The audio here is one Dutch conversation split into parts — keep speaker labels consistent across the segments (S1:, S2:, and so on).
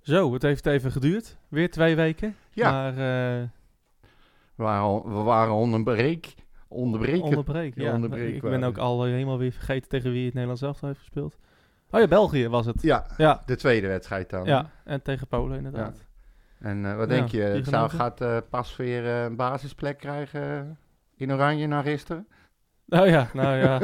S1: Zo, het heeft even geduurd. Weer twee weken.
S2: Ja.
S1: Maar eh,
S2: We waren, al- we waren onderbreek, onderbreken.
S1: onderbreken.
S2: Ja,
S1: Ja,
S2: onderbreken
S1: ik
S2: waren
S1: ben
S2: we.
S1: ook al eh, helemaal weer vergeten tegen wie het Nederlands elftal heeft gespeeld. Oh ja, België was het.
S2: Ja,
S1: Ja,
S2: de tweede wedstrijd dan.
S1: ja. en tegen Polen inderdaad.
S2: En eh, wat
S1: Ja,
S2: denk je,
S1: die
S2: zou,
S1: genoten.
S2: gaat eh, Pas weer eh, een basisplek krijgen eh, in Oranje na gisteren?
S1: Nou ja, nou ja.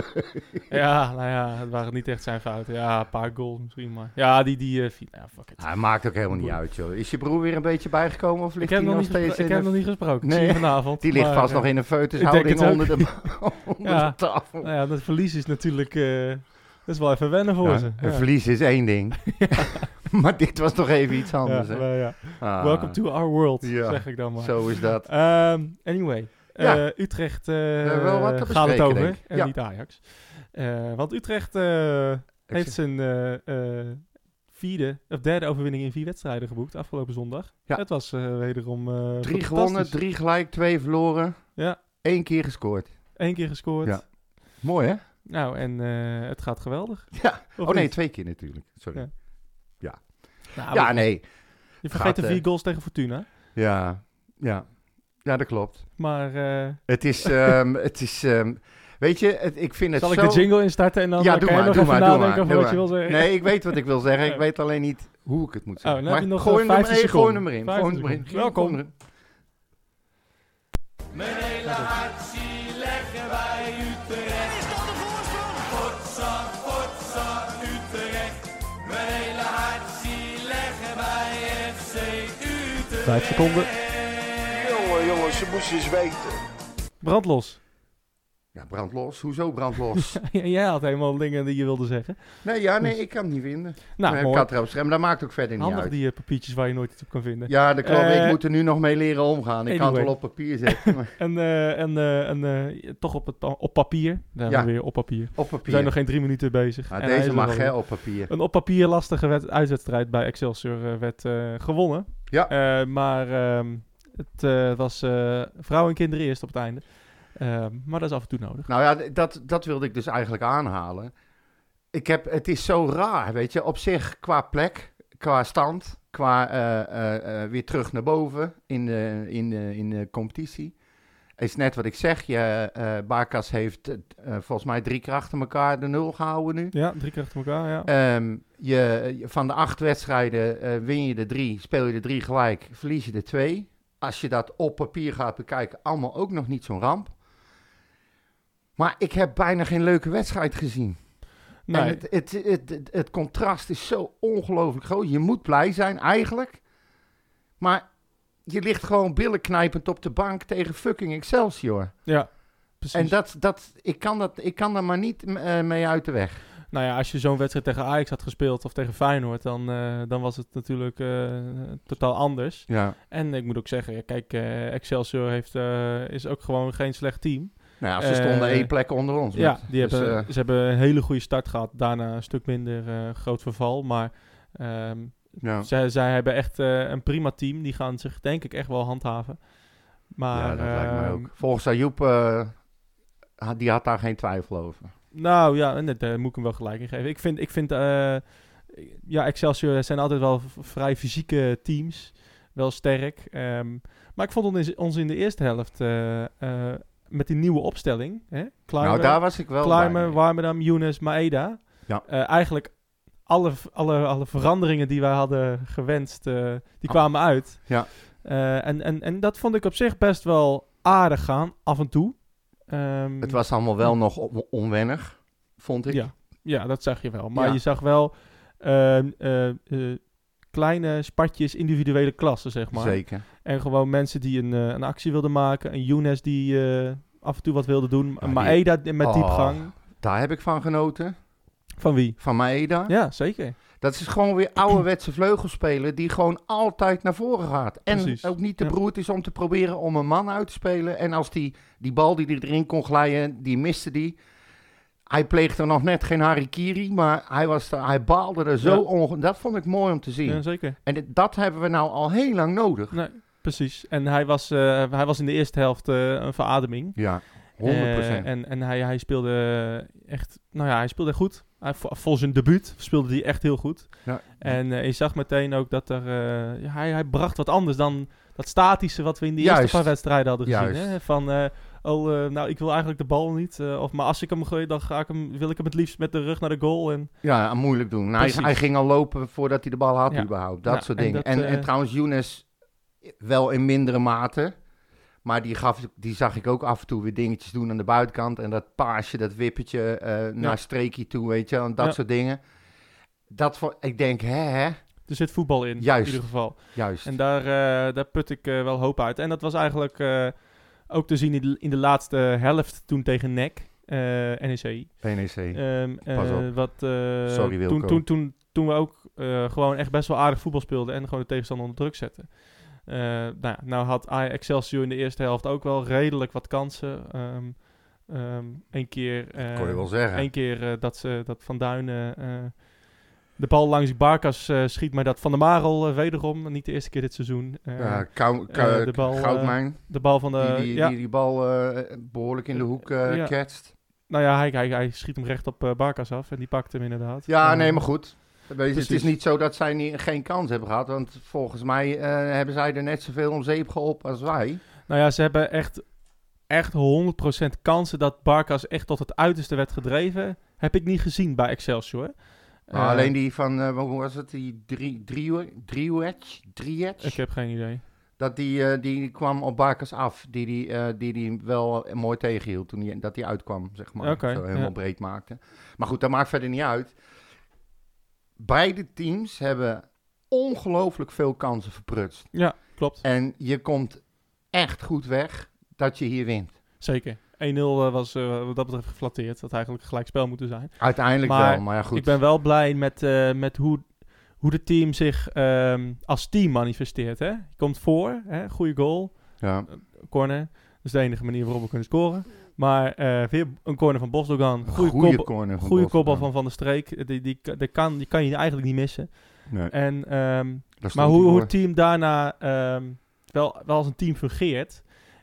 S1: ja, nou ja, het waren niet echt zijn fouten. Ja, een paar goals misschien, maar... Ja, die... die eh, viel- ja, fuck it.
S2: Ah, maakt ook helemaal niet uit, joh. Is je broer weer een beetje bijgekomen of
S1: Ik
S2: ligt
S1: heb,
S2: hij
S1: nog
S2: nog
S1: niet, gespro- ik
S2: steeds in
S1: heb
S2: een-
S1: nog niet gesproken. Ik
S2: Nee,
S1: zie hem vanavond.
S2: Die ligt
S1: maar,
S2: vast
S1: eh,
S2: nog in een
S1: ik
S2: feutushouding
S1: denk het
S2: onder, de, onder
S1: Ja.
S2: de tafel.
S1: Nou ja, dat verlies is natuurlijk... eh, dat is wel even wennen voor
S2: Ja,
S1: ze.
S2: Een
S1: Ja.
S2: verlies is één ding. maar dit was toch even iets
S1: Ja,
S2: anders, hè?
S1: nou ja.
S2: Ah,
S1: Welcome to our world,
S2: Ja,
S1: zeg ik dan maar.
S2: Zo is dat.
S1: Ehm, anyway,
S2: Ja.
S1: eh, Utrecht eh
S2: hebben wel wat te
S1: gaat het
S2: bespreken,
S1: over
S2: denk ik.
S1: en
S2: Ja.
S1: niet Ajax. Eh, want Utrecht eh, heeft zijn eh, eh, vierde of derde overwinning in vier wedstrijden geboekt afgelopen zondag.
S2: Ja.
S1: Het was eh, wederom eh,
S2: Drie gewonnen,
S1: fantastisch.
S2: drie gelijk, twee verloren.
S1: Ja.
S2: Eén keer gescoord.
S1: Eén keer gescoord.
S2: Ja. Mooi, hè?
S1: Nou, en eh, het gaat geweldig.
S2: Ja.
S1: Of
S2: oh nee,
S1: niet?
S2: twee keer natuurlijk. Sorry.
S1: Ja.
S2: Ja,
S1: Nou, maar
S2: nee.
S1: Je vergeet
S2: gaat,
S1: de
S2: eh,
S1: vier goals tegen Fortuna.
S2: Ja. ja. Ja, dat klopt.
S1: Maar eh,
S2: Het is... ehm, het is ehm, weet je, het, ik vind het
S1: zal
S2: zo...
S1: ik de jingle instarten en dan
S2: Ja,
S1: eh,
S2: doe
S1: kan je
S2: maar,
S1: nog
S2: doe
S1: even
S2: maar, doe
S1: nadenken
S2: maar,
S1: over
S2: doe
S1: wat je wil zeggen?
S2: Nee, ik weet wat ik wil zeggen.
S1: Ja.
S2: Ik weet alleen niet hoe ik het moet zeggen.
S1: Oh, dan heb je nog,
S2: gooi
S1: eh,
S2: hem er maar
S1: 15
S2: in, gooi hem
S1: seconden.
S2: erin. Gooi hem
S1: 15
S2: erin.
S1: seconden.
S2: Gooi hem erin.
S3: Is dat de voorsprong?
S1: Vijf seconden.
S4: Jongen, jongen, ze moest eens weten.
S1: Brandlos.
S2: Ja, brand los. Hoezo brand los?
S1: Jij had helemaal dingen die je wilde zeggen.
S2: nee, ja, nee, ik kan hem niet vinden.
S1: Nou,
S2: Nee, ik
S1: mooi.
S2: had erop geschreven, maar dat maakt ook verder niet
S1: Handig
S2: uit.
S1: die eh, papiertjes waar je nooit iets op kan vinden.
S2: Ja, dat klopt.
S1: Eh,
S2: ik moet er nu nog mee leren omgaan. Ik kan het
S1: anyway.
S2: wel op papier zetten. maar-
S1: En, eh, en, eh, en eh, toch op, het, op papier. Daar
S2: Ja.
S1: gaan we weer op papier. We
S2: op papier.
S1: zijn nog geen drie minuten bezig.
S2: Maar
S1: En hij is
S2: deze
S1: er
S2: mag,
S1: wel
S2: hè,
S1: weer.
S2: op papier.
S1: Een op papier lastige wed- uitwedstrijd bij Excelsior eh, werd eh, gewonnen.
S2: Ja.
S1: Eh, maar ehm, het eh, was eh, vrouwen en kinderen eerst op het einde. Ehm, maar dat is af en toe nodig.
S2: Nou ja, d- dat, dat wilde ik dus eigenlijk aanhalen. Ik heb, het is zo raar, weet je. Op zich, qua plek, qua stand, qua eh, eh, eh, weer terug naar boven in de, in de, in de competitie. Is net wat ik zeg. Je, eh Barkas heeft eh, volgens mij drie keer achter elkaar de nul gehouden nu.
S1: Ja, drie keer achter elkaar. Ja.
S2: Ehm, je, je- van de acht wedstrijden eh, win je de drie, speel je de drie gelijk, verlies je de twee. Als je dat op papier gaat bekijken, allemaal ook nog niet zo'n ramp. Maar ik heb bijna geen leuke wedstrijd gezien. En
S1: nee,
S2: het, het, het, het, het contrast is zo ongelooflijk groot. Je moet blij zijn eigenlijk. Maar je ligt gewoon billenknijpend op de bank tegen fucking Excelsior.
S1: ja, precies.
S2: En dat, dat, ik, kan dat, ik kan daar maar niet eh, mee uit de weg.
S1: Nou ja, als je zo'n wedstrijd tegen Ajax had gespeeld of tegen Feyenoord, dan, eh, dan was het natuurlijk eh, totaal anders.
S2: Ja.
S1: En ik moet ook zeggen, ja, kijk, eh, Excelsior heeft, eh, is ook gewoon geen slecht team.
S2: Nou, ja, ze
S1: Eh,
S2: stonden één plek onder ons.
S1: Ja,
S2: met-
S1: die
S2: dus,
S1: hebben,
S2: eh,
S1: ze hebben een hele goede start gehad. Daarna een stuk minder eh, groot verval. Maar ehm,
S2: ja.
S1: zij, zij hebben echt eh, een prima team. Die gaan zich denk ik echt wel handhaven. Maar,
S2: ja, dat lijkt mij
S1: ehm,
S2: ook. Volgens Ayoub, eh, had- die had daar geen twijfel over.
S1: Nou ja, en dat, eh, moet ik hem wel gelijk in geven. Ik vind, ik vind eh, ja, Excelsior zijn altijd wel v- vrij fysieke teams. Wel sterk. ehm, maar ik vond ons- ons in de eerste helft eh, eh, met die nieuwe opstelling. Hè?
S2: nou,
S1: Kluivert,
S2: daar was ik wel bij.
S1: Kleimer, Warmerdam, Younes, Maeda.
S2: Ja.
S1: Eh, eigenlijk alle, alle, alle veranderingen die wij hadden gewenst, eh, die
S2: Ah.
S1: kwamen uit.
S2: Ja.
S1: Eh, en, en, en dat vond ik op zich best wel aardig gaan, af en toe. Ehm,
S2: Het was allemaal wel nog on- onwennig, vond ik.
S1: Ja, ja, dat zag je wel. Maar
S2: Ja.
S1: je zag wel ehm, eh, eh, kleine spatjes individuele klassen, zeg maar.
S2: Zeker.
S1: En gewoon mensen die een, eh, een actie wilden maken. Een Younes die eh, af en toe wat wilde doen.
S2: Ja,
S1: een
S2: die-
S1: Maeda die- met
S2: Oh.
S1: diepgang.
S2: Daar heb ik van genoten,
S1: Van wie?
S2: van Maeda.
S1: Ja, zeker.
S2: Dat is gewoon weer ouderwetse vleugelspeler die gewoon altijd naar voren gaat. En
S1: Precies.
S2: ook niet te
S1: Ja.
S2: beroerd is om te proberen om een man uit te spelen. En als die, die bal die hij erin kon glijden, die miste die. Hij pleegde nog net geen harikiri, maar hij, was er, hij baalde er zo
S1: Ja.
S2: onge... Dat vond ik mooi om te zien.
S1: Ja, zeker.
S2: En dit- dat hebben we nou al heel lang nodig.
S1: Nee, precies. En hij was, eh, hij was in de eerste helft eh, een verademing.
S2: Ja, 100%.
S1: Eh, en en hij, hij speelde echt, nou ja, hij speelde goed. Hij vo- voor zijn debuut speelde hij echt heel goed.
S2: Ja.
S1: En eh, je zag meteen ook dat er, eh, ja, hij, hij bracht wat anders dan dat statische wat we in de eerste
S2: Juist.
S1: paar wedstrijden hadden gezien.
S2: Juist.
S1: Hè? Van, eh, oh, eh, nou, ik wil eigenlijk de bal niet. eh, of, maar als ik hem gooi, dan ga ik hem, wil ik hem het liefst met de rug naar de goal. En,
S2: Ja, moeilijk doen. Nou, Hij,
S1: Precies.
S2: hij ging al lopen voordat hij de bal had
S1: Ja.
S2: überhaupt. Dat
S1: Ja,
S2: soort
S1: en
S2: dingen.
S1: dat,
S2: En,
S1: eh,
S2: en trouwens, Younes wel in mindere mate. Maar die, gaf, die zag ik ook af en toe weer dingetjes doen aan de buitenkant. En dat paasje, dat wippertje eh, naar streekje toe, weet je wel. en Dat
S1: Ja.
S2: soort dingen. Dat voor, ik denk, hè, hè?
S1: er zit voetbal in,
S2: Juist.
S1: in ieder geval.
S2: Juist.
S1: En daar, eh, daar put ik eh, wel hoop uit. En dat was eigenlijk eh, ook te zien in de, in de laatste helft toen tegen NEC, eh NEC.
S2: PNEC.
S1: Ehm,
S2: Pas
S1: eh,
S2: op.
S1: Wat, eh,
S2: Sorry, Wilco.
S1: toen, toen, toen, toen we ook eh, gewoon echt best wel aardig voetbal speelden en gewoon de tegenstander onder druk zetten. Eh, nou, ja, nou had Ajax- Excelsior in de eerste helft ook wel redelijk wat kansen. Ehm Eén keer, eh,
S2: kon je wel zeggen.
S1: één keer eh, dat, ze, dat Van Duin eh, eh, de bal langs Barkas eh, schiet, maar dat Van der Marel eh, wederom, niet de eerste keer dit seizoen, eh,
S2: ja, kou,
S1: eh, de bal, eh,
S2: goudmijn.
S1: de bal van de...
S2: die, die,
S1: ja,
S2: die, die bal eh, behoorlijk in de hoek eh
S1: Ja.
S2: ketst.
S1: Nou ja, hij, hij, hij schiet hem recht op eh, Barkas af en die pakt hem inderdaad.
S2: Ja,
S1: Eh,
S2: nee, maar goed. Weet je, het is
S1: precies.
S2: niet zo dat zij niet, geen kans hebben gehad. Want volgens mij eh, hebben zij er net zoveel om zeep geholpen als wij.
S1: Nou ja, ze hebben echt, echt 100% kansen dat Barkas echt tot het uiterste werd gedreven. Heb ik niet gezien bij Excelsior.
S2: Maar
S1: Eh,
S2: alleen die van, eh, hoe was het, die drie- drie- Driewetch? Driewetch?
S1: Ik heb geen idee.
S2: Dat die, eh, die kwam op Bakers af. Die die, eh, die die wel mooi tegenhield toen die, dat die uitkwam, zeg maar.
S1: Oké,
S2: Zo helemaal
S1: ja.
S2: breed maakte. Maar goed, dat maakt verder niet uit. Beide teams hebben ongelooflijk veel kansen verprutst.
S1: Ja, klopt.
S2: En je komt echt goed weg dat je hier wint.
S1: Zeker. 1-0 was eh, wat dat betreft geflatteerd. Dat had eigenlijk gelijk spel moeten zijn.
S2: Uiteindelijk
S1: Maar
S2: wel, maar ja goed.
S1: Ik ben wel blij met, eh, met hoe, hoe het team zich ehm, als team manifesteert. Hè? Je komt voor, hè? goede goal,
S2: ja.
S1: corner. Dat is de enige manier waarop we kunnen scoren. Maar eh, weer een corner van Bosdogan. Goede
S2: Goeie
S1: kop,
S2: corner van
S1: goede
S2: Bosman.
S1: kopbal van Van der Streek. Eh, Die, die, die, kan, die kan je eigenlijk niet missen.
S2: Nee,
S1: En, ehm,
S2: daar
S1: maar
S2: stond
S1: hoe,
S2: hij
S1: hoe
S2: voor.
S1: het team daarna ehm, wel, wel als een team fungeert.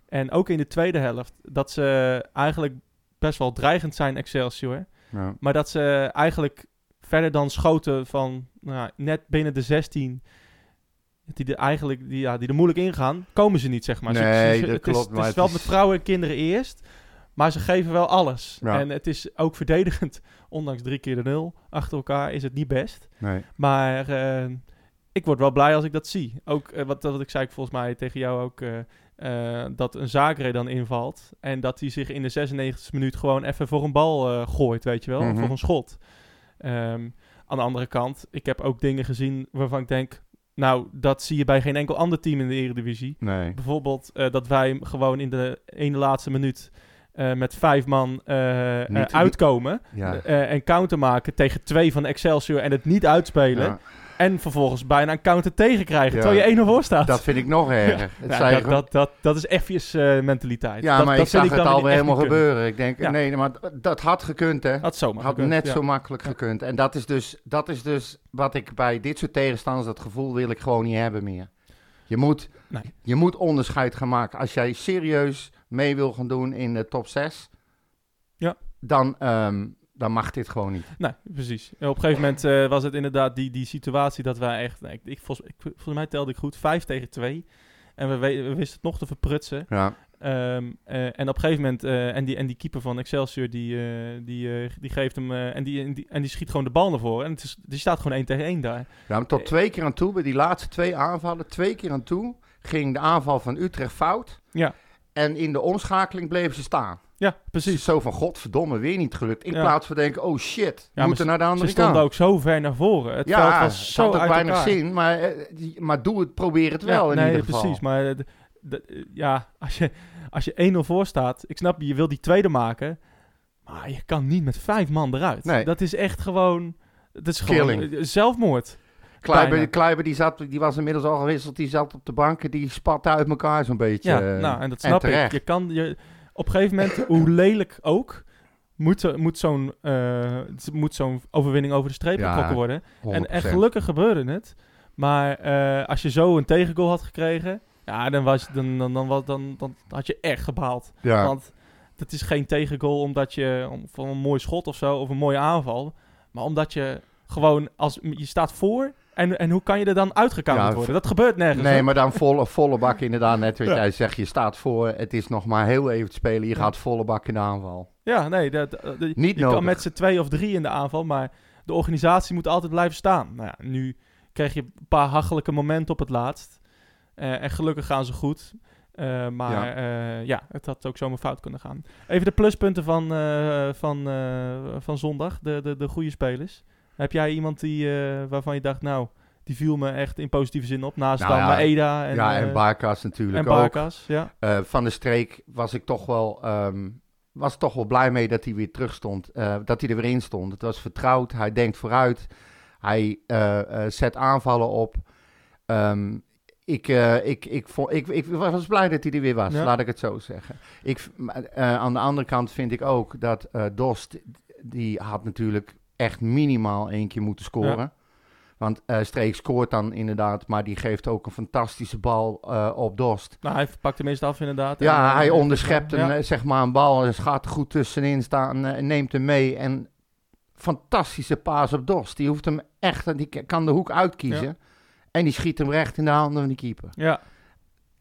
S1: En ook in de tweede helft. Dat ze eigenlijk best wel dreigend zijn, Excelsior.
S2: Ja.
S1: Maar dat ze eigenlijk verder dan schoten van nou, ja, net binnen de 16. Die er eigenlijk die, ja, die er moeilijk ingaan, komen ze niet, zeg maar. Ze-
S2: Nee,
S1: ze- ze-
S2: dat
S1: het
S2: klopt,
S1: Is,
S2: maar
S1: het is
S2: het
S1: wel
S2: is-
S1: met vrouwen en kinderen eerst, maar ze geven wel alles.
S2: Ja.
S1: En het is ook verdedigend, ondanks drie keer de nul achter elkaar, is het niet best.
S2: Nee.
S1: Maar eh, ik word wel blij als ik dat zie. Ook eh, wat, wat ik zei volgens mij tegen jou ook. eh, eh, dat een Zagre dan invalt. En dat hij zich in de 96e minuut gewoon even voor een bal eh, gooit, weet je wel.
S2: Mhm.
S1: Voor een schot. Ehm, aan de andere kant, ik heb ook dingen gezien waarvan ik denk... Nou, dat zie je bij geen enkel ander team in de Eredivisie.
S2: Nee.
S1: Bijvoorbeeld eh, dat wij hem gewoon in de ene laatste minuut... eh, met vijf man eh, eh,
S2: Niet-
S1: uitkomen
S2: Ja.
S1: eh, en counter maken tegen twee van Excelsior en het niet uitspelen.
S2: Ja.
S1: En vervolgens bijna een counter tegenkrijgen
S2: Ja.
S1: terwijl je 1 voor staat.
S2: Dat vind ik nog erger. Het
S1: Ja,
S2: zijn
S1: dat,
S2: gewoon-
S1: dat, dat, dat is effjes eh, mentaliteit.
S2: Ja,
S1: dat,
S2: maar
S1: dat
S2: ik
S1: vind
S2: zag het
S1: dan
S2: alweer
S1: echt
S2: helemaal
S1: niet kunnen.
S2: gebeuren. Ik denk,
S1: Ja.
S2: nee, maar d- dat had gekund, hè.
S1: Had zomaar
S2: Had
S1: gekund,
S2: net
S1: ja.
S2: zo makkelijk gekund. En dat is, dus, dat is dus wat ik bij dit soort tegenstanders, dat gevoel wil ik gewoon niet hebben meer. Je moet,
S1: Nee.
S2: je moet onderscheid gaan maken. Als jij serieus mee wil gaan doen in de top 6,
S1: Ja.
S2: dan, ehm, dan mag dit gewoon niet.
S1: Nee, Nou, precies. En op een gegeven moment eh, was het inderdaad die, die situatie dat wij echt... nee, ik, ik, volgens, ik, volgens mij telde ik goed, 5 tegen 2. En we, we- we wisten het nog te verprutsen.
S2: Ja,
S1: Ehm, eh, en op een gegeven moment, eh, en, die, en die keeper van Excelsior, die, eh, die, eh, die geeft hem, eh, en, die, en, die, en die schiet gewoon de bal naar voren. En het is, die staat gewoon 1 tegen 1 daar.
S2: ja maar tot
S1: Eh.
S2: twee keer aan toe, bij die laatste twee aanvallen, twee keer aan toe, ging de aanval van Utrecht fout.
S1: Ja.
S2: En in de omschakeling bleven ze staan.
S1: Ja, precies.
S2: Zo van, godverdomme, weer niet gelukt. In
S1: Ja.
S2: plaats van denken, oh shit, we
S1: maar
S2: moeten
S1: ze-
S2: naar de
S1: Ze
S2: andere kant.
S1: stonden ook zo ver naar voren. Het
S2: ja,
S1: veld was zo
S2: het had
S1: uit
S2: ook weinig
S1: elkaar.
S2: zin, maar, eh, die- maar doe het, probeer het
S1: Ja,
S2: wel in
S1: nee,
S2: ieder geval.
S1: precies. Maar eh, d- d- eh, ja, als je, als je 1-0 voor staat, ik snap je, je wil die tweede maken, maar je kan niet met vijf man eruit.
S2: Nee.
S1: Dat is echt gewoon, het is gewoon
S2: Killing.
S1: eh, zelfmoord.
S2: Kluiber,
S1: Bijna.
S2: Kluiber die, zat, die was inmiddels al gewisseld, die zat op de banken, die spatte uit elkaar zo'n beetje.
S1: Ja,
S2: eh,
S1: nou, en dat snap ik.
S2: terecht.
S1: Je kan, je, op een gegeven moment, hoe lelijk ook, moet, er- moet zo'n eh, moet zo'n overwinning over de streep
S2: Ja,
S1: getrokken worden. En,
S2: 100%.
S1: en gelukkig gebeurde het. Maar eh, als je zo een tegengoal had gekregen, ja, dan, was, dan, dan, dan, was- dan, dan had je echt gebaald.
S2: Ja.
S1: Want dat is geen tegengoal omdat je om, van een mooi schot of zo of een mooie aanval. Maar omdat je gewoon als je staat voor. En, en hoe kan je er dan uitgekanteld
S2: Ja,
S1: worden? Dat gebeurt nergens.
S2: Nee,
S1: hè?
S2: maar dan volle, volle bak inderdaad. Net wat
S1: Ja.
S2: jij zegt, je staat voor. Het is nog maar heel even te spelen. Je
S1: Ja.
S2: gaat volle bak in de aanval.
S1: Ja, nee. Dat, eh, dat- je
S2: Niet nodig.
S1: kan met z'n twee of drie in de aanval. Maar de organisatie moet altijd blijven staan. Nou ja, nu kreeg je een paar hachelijke momenten op het laatst. Eh, en gelukkig gaan ze goed. Eh, maar
S2: Ja.
S1: ja. ja, het had ook zomaar fout kunnen gaan. Even de pluspunten van, eh, van, eh, van zondag. De, de, de goede spelers. Heb jij iemand die, eh, waarvan je dacht, nou, die viel me echt in positieve zin op. Naast
S2: Nou
S1: dan
S2: ja,
S1: Maeda en,
S2: ja, en
S1: eh,
S2: Barkas natuurlijk
S1: en
S2: ook.
S1: Barkas. Ja.
S2: Eh, van de streek was ik toch wel, ehm, was toch wel blij mee dat hij weer terug stond. eh, dat hij er weer in stond. Het was vertrouwd. Hij denkt vooruit. Hij eh, eh, zet aanvallen op. Ehm, ik, eh, ik, ik, vo- ik, ik was blij dat hij er weer was,
S1: Ja.
S2: laat ik het zo zeggen. Ik, v- maar, eh, aan de andere kant vind ik ook dat eh, Dost, die had natuurlijk echt minimaal één keer moeten scoren. Want eh, Streek scoort dan inderdaad, maar die geeft ook een fantastische bal eh, op Dost.
S1: Nou, hij pakte meest af inderdaad.
S2: Ja,
S1: En,
S2: hij
S1: eh,
S2: onderschept een,
S1: ja.
S2: eh, zeg maar een bal, dus gaat er goed tussenin staan, eh, neemt hem mee en fantastische paas op Dost. Die hoeft hem echt, die k- kan de hoek uitkiezen en die schiet hem recht in de handen van die keeper.
S1: Ja,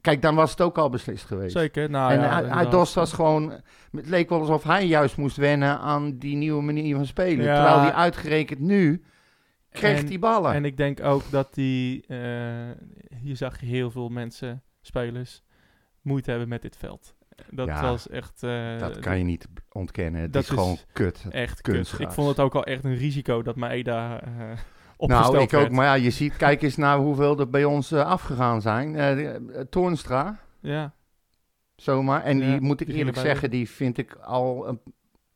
S2: Kijk, dan was het ook al beslist geweest.
S1: zeker. Nou,
S2: en
S1: ja,
S2: hij, hij
S1: inderdaad.
S2: Dost was gewoon, het leek wel alsof hij juist moest wennen aan die nieuwe manier van spelen.
S1: Ja.
S2: Terwijl hij uitgerekend nu kreeg
S1: En-
S2: die ballen.
S1: En ik denk ook dat die... eh, hier zag je heel veel mensen, spelers, moeite hebben met dit veld. Dat
S2: Ja,
S1: was echt... eh,
S2: dat kan je niet ontkennen. Het
S1: dat
S2: is gewoon
S1: is-
S2: kut.
S1: Echt kut.
S2: kunstgras.
S1: Ik vond het ook al echt een risico dat Maeda eh opgesteld
S2: Nou, ik
S1: werd.
S2: ook. Maar ja, je ziet, kijk eens naar hoeveel er bij ons eh, afgegaan zijn. Eh, de- eh, Toornstra,
S1: Ja,
S2: zomaar. En die
S1: Ja,
S2: moet ik
S1: die
S2: eerlijk
S1: gingen bij
S2: zeggen, die vind ik al een-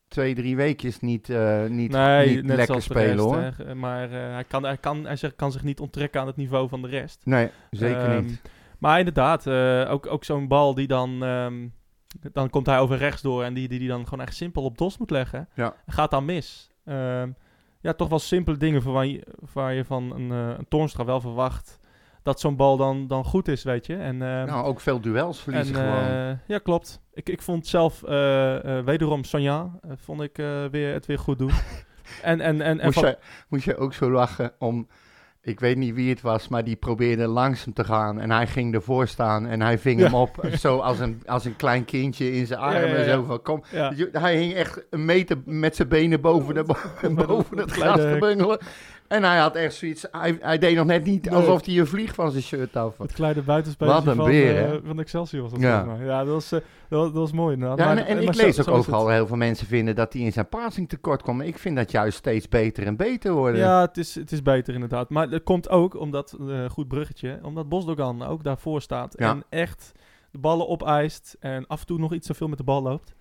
S2: twee, drie weekjes niet, eh, niet,
S1: nee,
S2: niet
S1: net
S2: lekker
S1: zoals de
S2: spelen,
S1: rest,
S2: hoor.
S1: hè. Maar eh, hij, kan, hij, kan, hij zegt, kan zich niet onttrekken aan het niveau van de rest.
S2: Nee, zeker
S1: Ehm,
S2: niet.
S1: Maar inderdaad, eh, ook, ook zo'n bal die dan... ehm, dan komt hij over rechts door en die, die die dan gewoon echt simpel op dos moet leggen.
S2: Ja.
S1: Gaat dan mis. Ehm, ja, toch wel simpele dingen van waar je, waar je van een, eh een Toornstra wel verwacht... dat zo'n bal dan, dan goed is, weet je. En, ehm,
S2: Nou, ook veel duels verliezen
S1: en,
S2: gewoon.
S1: eh, ja, klopt. Ik, ik vond zelf eh, eh, wederom Sonja, eh, vond ik eh, weer, het weer goed doen. en, en, en, en
S2: moest,
S1: van-
S2: je, moest je ook zo lachen om... Ik weet niet wie het was, maar die probeerde langs hem te gaan. En hij ging ervoor staan en hij ving
S1: Ja.
S2: hem op. Zo als een, als een klein kindje in zijn
S1: Ja, ja,
S2: armen.
S1: ja.
S2: Zo van, kom,
S1: ja.
S2: Je- Hij hing echt een meter met zijn benen boven, de, bo- boven het gras
S1: kleine-
S2: te bungelen. En hij had echt zoiets. Hij, hij deed nog net niet
S1: Nee.
S2: alsof hij een vlieg van zijn shirt af had.
S1: Het kleine buitenspeeltje
S2: Wat een
S1: van,
S2: beer,
S1: eh,
S2: hè?
S1: van Excelsior was dat
S2: Ja.
S1: volgens mij. Ja, dat was, eh, dat, was- dat was mooi inderdaad.
S2: Ja,
S1: Maar- eh,
S2: en, en
S1: maar
S2: ik
S1: zo-
S2: lees ook
S1: zo is het.
S2: overal heel veel mensen vinden dat hij in zijn passing tekort komt. Maar ik vind dat juist steeds beter en beter worden.
S1: Ja, het is, het is beter inderdaad. Maar dat komt ook omdat, eh, goed bruggetje, omdat Bosdogan ook daarvoor staat.
S2: Ja.
S1: En echt de ballen opeist en af en toe nog iets te veel met de bal loopt.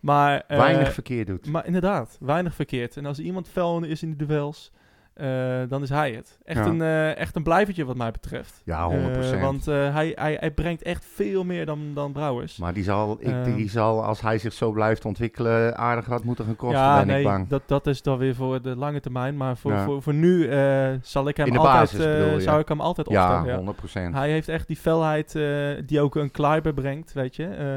S1: Maar, eh,
S2: Weinig verkeerd doet.
S1: maar inderdaad, weinig verkeerd. En als iemand fel is in de duels, eh, dan is hij het. Echt,
S2: Ja.
S1: een, eh, echt een blijvertje wat mij betreft.
S2: Ja, 100%.
S1: Eh, want eh, hij, hij, hij brengt echt veel meer dan, dan Brouwers.
S2: maar die zal, ik,
S1: Ehm.
S2: die zal, als hij zich zo blijft ontwikkelen, aardig wat moeten gaan kosten, ben ik bang.
S1: Dat, dat is dan weer voor de lange termijn. Maar voor,
S2: Ja.
S1: voor, voor nu eh, zal ik hem
S2: In de
S1: altijd,
S2: basis
S1: eh,
S2: bedoel je?
S1: zou ik hem altijd
S2: Ja,
S1: opstellen. ja.
S2: 100%.
S1: Hij heeft echt die felheid eh, die ook een Kleiber brengt, weet je. Eh,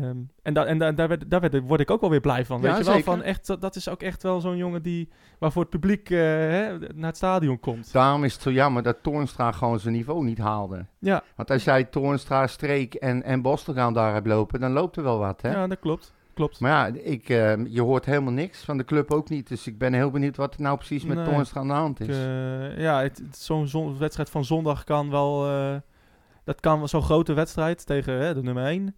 S1: ehm, en da en da daar, werd, daar werd, word ik ook wel weer blij van, weet
S2: Ja,
S1: je wel.
S2: zeker.
S1: Van echt, dat, dat is ook echt wel zo'n jongen die, waarvoor het publiek eh, hè, naar het stadion komt.
S2: Daarom is het zo jammer dat Toornstra gewoon zijn niveau niet haalde.
S1: Ja.
S2: Want als jij Toornstra, Streek en, en Bostelgaan daar hebt lopen, dan loopt er wel wat, hè?
S1: Ja, dat klopt. klopt.
S2: Maar ja, ik, eh, je hoort helemaal niks van de club ook niet. Dus ik ben heel benieuwd wat er nou precies met
S1: Nee.
S2: Toornstra aan de hand
S1: Ik,
S2: is.
S1: eh, ja, het- het- zo'n zon- wedstrijd van zondag kan wel... eh, dat kan wel zo'n grote wedstrijd tegen hè, de nummer 1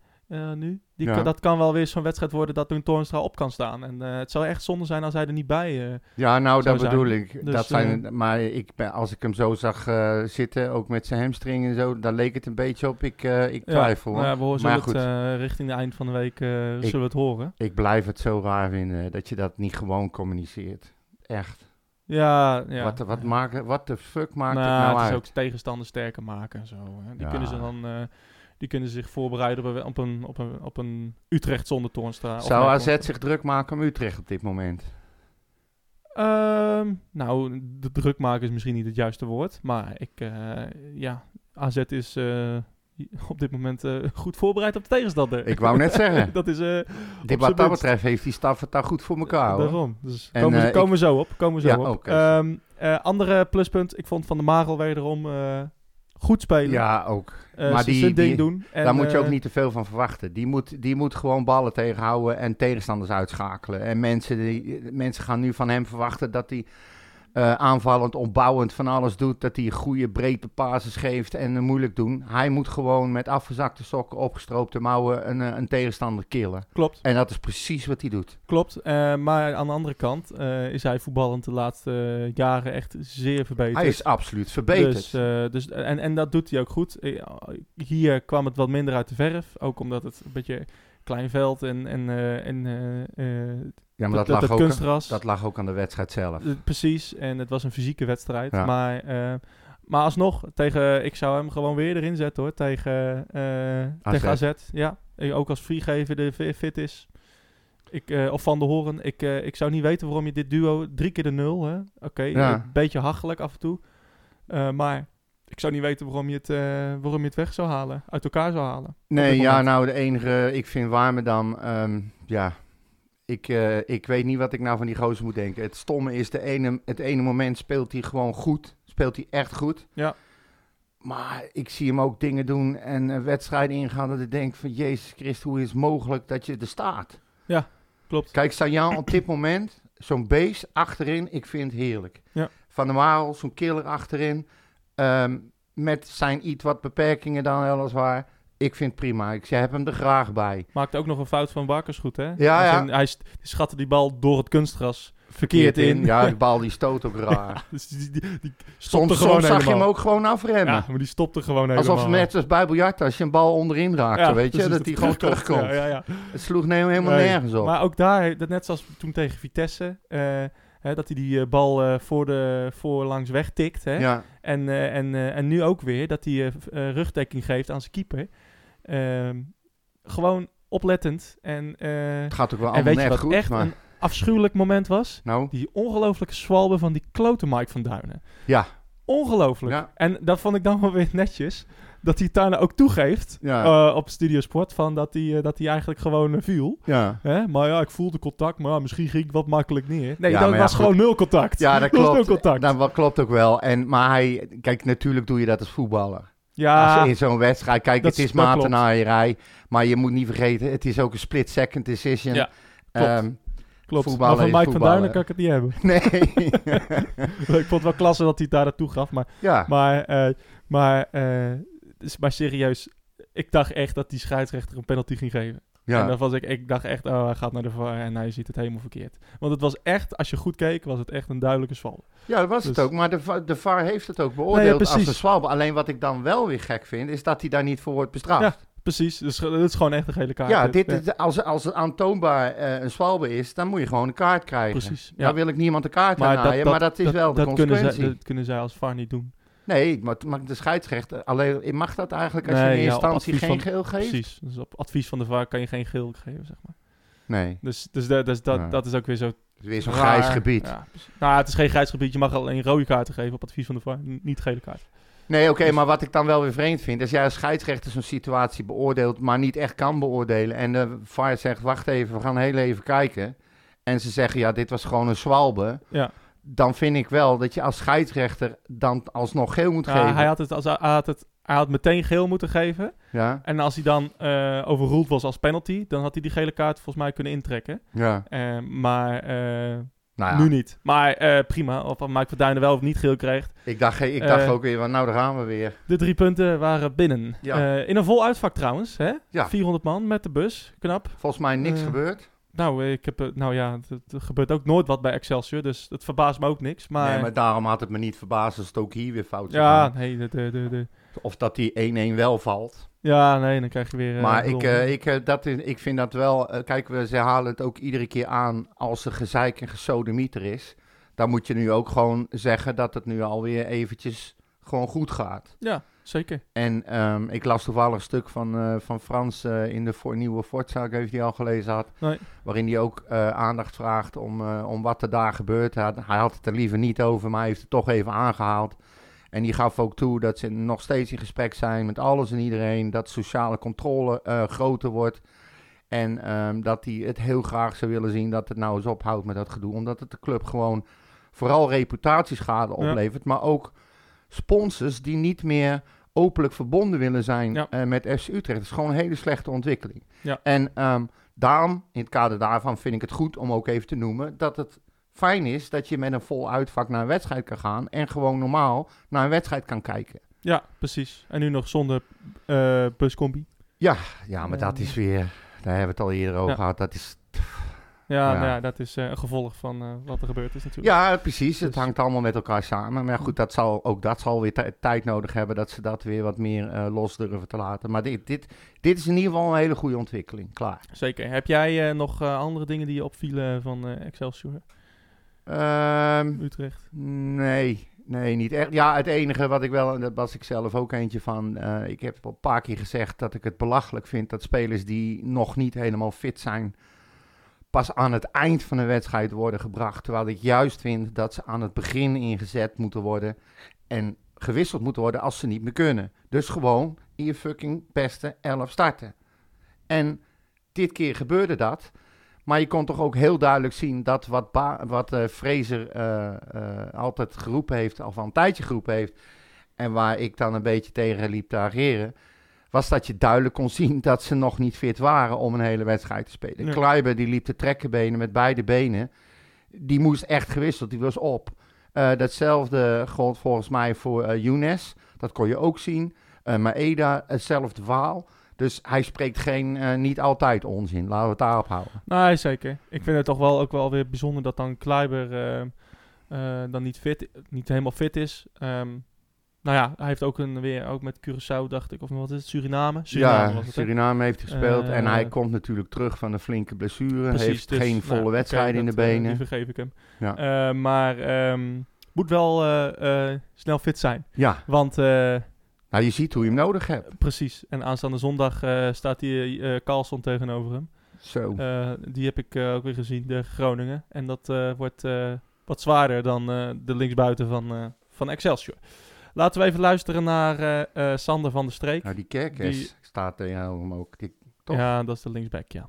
S1: nu. Die
S2: Ja.
S1: kan, dat kan wel weer zo'n wedstrijd worden dat een Toornstra op kan staan. En eh, het zou echt zonde zijn als hij er niet bij... eh,
S2: ja, nou,
S1: zou
S2: dat
S1: zijn.
S2: bedoel ik.
S1: Dus,
S2: dat zijn, maar ik ben, als ik hem zo zag eh, zitten, ook met zijn hamstring en zo, daar leek het een beetje op. Ik, eh, ik twijfel.
S1: Ja,
S2: hoor.
S1: nou ja, we horen
S2: Maar
S1: zullen het, eh, richting de eind van de week eh, zullen we het horen.
S2: Ik blijf het zo raar vinden dat je dat niet gewoon communiceert. Echt.
S1: Ja, ja.
S2: Wat, wat, maken, wat de fuck maakt
S1: Nou,
S2: het nou
S1: het is
S2: uit?
S1: ook tegenstanders sterker maken en zo. Hè. Die
S2: Ja.
S1: kunnen ze dan, eh, die kunnen zich voorbereiden op een, op een, op een, op een Utrecht zonder Toornstra. of
S2: Zou
S1: met
S2: AZ
S1: Toornstra.
S2: zich druk maken om Utrecht op dit moment?
S1: Ehm, nou, de druk maken is misschien niet het juiste woord, maar ik, eh, ja, AZ is eh, op dit moment eh, goed voorbereid op de tegenstander.
S2: Ik wou net zeggen,
S1: dat is eh,
S2: dit
S1: zijn
S2: wat dat
S1: minst.
S2: betreft heeft die staf het daar goed voor elkaar. hoor.
S1: daarom. Dus
S2: En,
S1: komen, we-
S2: eh,
S1: komen we zo op. Komen we zo
S2: Ja,
S1: op.
S2: oké.
S1: Ehm, eh, andere pluspunt. Ik vond Van der Marel wederom eh, goed spelen.
S2: Ja, ook.
S1: Eh,
S2: maar
S1: z-
S2: die-
S1: zijn ding
S2: die-
S1: doen. En,
S2: Daar moet je ook
S1: eh,
S2: niet te veel van verwachten. Die moet, die moet gewoon ballen tegenhouden en tegenstanders uitschakelen. En mensen, die, mensen gaan nu van hem verwachten dat hij eh, aanvallend, opbouwend van alles doet. Dat hij goede, brede passes geeft en eh, moeilijk doen. Hij moet gewoon met afgezakte sokken, opgestroopte mouwen een, eh, een tegenstander killen.
S1: Klopt.
S2: En dat is precies wat hij doet.
S1: Klopt, eh, maar aan de andere kant eh, is hij voetballend de laatste eh, jaren echt zeer verbeterd.
S2: Hij is absoluut verbeterd.
S1: Dus, eh, dus, en, en dat doet hij ook goed. Eh, Hier kwam het wat minder uit de verf, ook omdat het een beetje klein veld en, en, eh, en eh, eh,
S2: ja, maar
S1: dat, dat,
S2: dat, lag
S1: dat
S2: ook,
S1: kunstras.
S2: dat lag ook aan de wedstrijd zelf.
S1: Eh, precies, en het was een fysieke wedstrijd.
S2: Ja.
S1: Maar, eh, maar alsnog, tegen, ik zou hem gewoon weer erin zetten hoor, tegen, eh,
S2: AZ.
S1: tegen AZ. Ja, Eh, ook als vrijgever de fi- fit is. Ik, eh, of Van de Horen, ik, eh, ik zou niet weten waarom je dit duo drie keer de nul, hè? Oké,
S2: Ja.
S1: een beetje hachelijk af en toe. Eh, maar ik zou niet weten waarom je, het, eh, waarom je het weg zou halen, uit elkaar zou halen.
S2: Nee,
S1: dit
S2: ja,
S1: moment.
S2: nou de enige, ik vind Warmerdam, ehm, ja, ik, eh, ik weet niet wat ik nou van die gozer moet denken. Het stomme is, de ene, het ene moment speelt hij gewoon goed, speelt hij echt goed.
S1: Ja.
S2: Maar ik zie hem ook dingen doen en eh, wedstrijden ingaan dat ik denk van, Jezus Christus, hoe is het mogelijk dat je er staat?
S1: Klopt.
S2: Kijk, Sanjan op dit moment, zo'n beest achterin, ik vind het heerlijk.
S1: Ja.
S2: Van der Marel, zo'n killer achterin, ehm, met zijn iets wat beperkingen dan weliswaar. Ik vind het prima, ik heb hem er graag bij.
S1: Maakte ook nog een fout van Barkers goed, hè?
S2: Ja,
S1: Als
S2: ja.
S1: in, hij st- schatte die bal door het kunstgras verkeerd in.
S2: Ja, de bal die stoot ook raar.
S1: Dus die, die, die stopte
S2: soms
S1: gewoon
S2: soms zag je hem
S1: helemaal.
S2: ook gewoon afremmen.
S1: Ja, maar die stopte gewoon helemaal.
S2: Alsof het net als bij biljart, als je een bal onderin raakte,
S1: Ja,
S2: weet je,
S1: precies,
S2: dat hij gewoon
S1: terugkomt.
S2: terugkomt.
S1: Ja, ja, ja.
S2: Het sloeg nee, helemaal
S1: Nee,
S2: nergens op.
S1: Maar ook daar, dat net zoals toen tegen Vitesse, eh, hè, dat hij die eh, bal eh, voor de, voor langs wegtikt. Hè?
S2: ja,
S1: En, eh, en, eh, en nu ook weer, dat hij eh, v- eh, rugdekking geeft aan zijn keeper. Ehm, gewoon oplettend. En, eh,
S2: het gaat ook wel
S1: en
S2: allemaal
S1: weet je
S2: net
S1: wat
S2: goed,
S1: echt
S2: maar...
S1: een afschuwelijk moment was?
S2: Nou,
S1: Die ongelooflijke zwalbe van die klote Mike van Duinen.
S2: Ja.
S1: Ongelooflijk.
S2: Ja.
S1: En dat vond ik dan wel weer netjes. Dat hij het daarna ook toegeeft
S2: ja,
S1: eh, op Studio Sport. Van dat, hij, eh, dat hij eigenlijk gewoon eh, viel.
S2: ja.
S1: Hè? Maar ja, ik voelde contact. Maar ja, misschien ging ik wat makkelijk neer. Nee,
S2: Ja,
S1: dat
S2: maar ja,
S1: was
S2: goed.
S1: gewoon nul contact.
S2: Ja, dat
S1: was nul
S2: klopt. Nou,
S1: contact.
S2: Dat wel- klopt ook wel. En, maar hij, kijk, natuurlijk doe je dat als voetballer. Als
S1: ja,
S2: je in zo'n wedstrijd, kijk,
S1: Ah. dat
S2: het is
S1: is- dat klopt.
S2: matenaarierij. Maar je moet niet vergeten, het is ook een split-second decision.
S1: Ja, klopt.
S2: Ehm,
S1: klopt. Maar
S2: voetballen
S1: van
S2: is
S1: Mike van
S2: voetballen.
S1: Duinen kan ik het niet hebben.
S2: nee.
S1: ik vond het wel klasse dat hij het daar naartoe gaf. Maar
S2: ja.
S1: Maar, eh, maar, eh, dus- maar serieus, ik dacht echt dat die scheidsrechter een penalty ging geven.
S2: ja.
S1: En dan was ik, ik dacht echt, oh, hij gaat naar de VAR en hij ziet het helemaal verkeerd. Want het was echt, als je goed keek, was het echt een duidelijke zwal.
S2: Ja, dat was het
S1: Dus-
S2: ook. Maar de, va- de VAR heeft het ook
S1: Nee, ja,
S2: beoordeeld als
S1: precies.
S2: een zwalbe. Alleen wat ik dan wel weer gek vind, is dat hij daar niet voor wordt bestraft.
S1: Precies, dus ge- dit is gewoon echt een gele
S2: Ja,
S1: kaart.
S2: dit is, als, als het aantoonbaar eh, een zwalbe is, dan moet je gewoon een kaart krijgen.
S1: Precies, ja.
S2: Daar wil ik niemand een kaart aan naaien, maar dat is wel de
S1: dat kunnen,
S2: consequentie.
S1: zij, dat kunnen zij als VAR niet doen.
S2: Nee, maar, maar de scheidsrechter, alleen, mag dat eigenlijk als je
S1: Nee,
S2: in
S1: ja, op
S2: instantie
S1: advies
S2: geen
S1: van-
S2: geel geeft?
S1: Precies, dus op advies van de VAR kan je geen geel geven, zeg maar.
S2: Nee,
S1: Dus, dus, da- dus dat,
S2: Ja.
S1: dat is ook weer zo
S2: het is weer zo'n
S1: raar.
S2: grijs gebied.
S1: Ja, precies. nou, het is geen grijs gebied, je mag alleen rode kaarten geven op advies van de VAR, n- niet gele kaart.
S2: Nee, oké,
S1: Dus-
S2: maar wat ik dan wel weer vreemd vind, is jij als scheidsrechter zo'n situatie beoordeelt, maar niet echt kan beoordelen. En de VAR zegt, wacht even, we gaan heel even kijken. En ze zeggen, ja, dit was gewoon een zwalbe.
S1: Ja.
S2: Dan vind ik wel dat je als scheidsrechter dan alsnog geel moet
S1: Ja,
S2: geven.
S1: hij, had het als, hij, had het, hij had meteen geel moeten geven.
S2: Ja,
S1: En als hij dan eh overroeld was als penalty, dan had hij die gele kaart volgens mij kunnen intrekken.
S2: ja.
S1: Eh, maar eh,
S2: Nou ja,
S1: nu niet. Maar eh, prima, of Mike van Duinen wel of niet geel krijgt.
S2: ik dacht, hey, ik dacht
S1: Eh,
S2: ook weer, van, nou, daar gaan we weer.
S1: De drie punten waren binnen.
S2: Ja.
S1: Eh, in een vol uitvak trouwens. Hè?
S2: Ja.
S1: 400 man met de bus, knap.
S2: Volgens mij niks
S1: eh,
S2: gebeurd.
S1: Nou, ik heb, eh, nou ja, het- het- er gebeurt ook nooit wat bij Excelsior, dus het verbaast me ook niks. Maar,
S2: Nee, maar daarom had het me niet verbaasd als het ook hier weer fout zou
S1: ja,
S2: gaan.
S1: nee, de, de, de, de-
S2: Of dat die 1-1 wel valt.
S1: ja, nee, dan krijg je weer... eh,
S2: Maar ik,
S1: bedoel,
S2: eh, ik, eh, dat is, ik vind dat wel... eh, kijk, we, ze halen het ook iedere keer aan als er gezeik en gesodemieter is. Dan moet je nu ook gewoon zeggen dat het nu alweer eventjes gewoon goed gaat.
S1: Ja, zeker.
S2: En ehm, ik las toevallig een stuk van, eh, van Frans eh, in de voor, nieuwe Forza, ik weet niet of je die al gelezen had.
S1: Nee.
S2: Waarin hij ook eh, aandacht vraagt om, eh, om wat er daar gebeurd had. Hij had het er liever niet over, maar hij heeft het toch even aangehaald. En die gaf ook toe dat ze nog steeds in gesprek zijn met alles en iedereen. Dat sociale controle eh, groter wordt. En ehm, dat hij het heel graag zou willen zien dat het nou eens ophoudt met dat gedoe. Omdat het de club gewoon vooral reputatieschade
S1: Ja.
S2: oplevert. Maar ook sponsors die niet meer openlijk verbonden willen zijn
S1: Ja.
S2: eh, met FC Utrecht. Dat is gewoon een hele slechte ontwikkeling.
S1: Ja.
S2: En ehm, daarom, in het kader daarvan, vind ik het goed om ook even te noemen dat het fijn is dat je met een vol uitvak naar een wedstrijd kan gaan en gewoon normaal naar een wedstrijd kan kijken.
S1: Ja, precies. En nu nog zonder eh, buscombi.
S2: Ja, maar dat is weer, daar hebben we het al eerder over
S1: Ja.
S2: gehad, dat is...
S1: Ja,
S2: Ja.
S1: nou ja, dat is eh, een gevolg van eh, wat er gebeurd is natuurlijk.
S2: Ja, precies, het
S1: Dus-
S2: hangt allemaal met elkaar samen. Maar goed, dat zal, ook dat zal weer tij- tijd nodig hebben dat ze dat weer wat meer eh, los durven te laten. Maar dit, dit, dit is in ieder geval een hele goede ontwikkeling, klaar.
S1: Zeker. Heb jij eh, nog eh, andere dingen die je opvielen van eh, Excelsior
S2: Ehm,
S1: Utrecht?
S2: Nee, nee, niet echt. Ja, het enige wat ik wel, en daar was ik zelf ook eentje van. eh, ik heb al een paar keer gezegd dat ik het belachelijk vind dat spelers die nog niet helemaal fit zijn, pas aan het eind van een wedstrijd worden gebracht. Terwijl ik juist vind dat ze aan het begin ingezet moeten worden en gewisseld moeten worden als ze niet meer kunnen. Dus gewoon in je fucking beste 11 starten. En dit keer gebeurde dat. Maar je kon toch ook heel duidelijk zien dat wat, Ba- wat eh, Fraser eh, eh, altijd geroepen heeft, al van een tijdje geroepen heeft, en waar ik dan een beetje tegen liep te ageren, was dat je duidelijk kon zien dat ze nog niet fit waren om een hele wedstrijd te spelen.
S1: Ja.
S2: Kleiber die liep te trekkenbenen met beide benen, die moest echt gewisseld, die was op. Eh, datzelfde gold volgens mij voor eh Younes, dat kon je ook zien. Eh Maeda, hetzelfde verhaal. Dus hij spreekt geen, eh, niet altijd onzin. Laten we het daarop houden.
S1: Nee, zeker. Ik vind het toch wel ook wel weer bijzonder dat dan Kleiber eh, eh, dan niet, fit, niet helemaal fit is. Ehm, nou ja, hij heeft ook een weer ook met Curaçao, dacht ik. Of wat is het? Suriname? Suriname
S2: ja,
S1: was het, hè?
S2: Suriname heeft gespeeld en
S1: Eh,
S2: hij komt natuurlijk terug van een flinke blessure.
S1: Precies,
S2: heeft
S1: dus,
S2: geen
S1: nou,
S2: volle
S1: oké,
S2: wedstrijd in de
S1: dat, eh,
S2: benen.
S1: die vergeef ik hem.
S2: Ja.
S1: Eh, maar ehm, moet wel eh, eh, snel fit zijn.
S2: ja,
S1: Want eh,
S2: nou je ziet hoe je hem nodig hebt.
S1: precies, en aanstaande zondag eh, staat die eh Carlson tegenover hem.
S2: Zo.
S1: Eh, die heb ik eh, ook weer gezien, de Groningen. En dat eh, wordt eh, wat zwaarder dan eh, de linksbuiten van, eh, van Excelsior. Laten we even luisteren naar eh, eh, Sander van der Streek.
S2: nou die kerkers
S1: die-
S2: staat er jou hem ook. Die- toch?
S1: Ja, dat is de linksback, ja.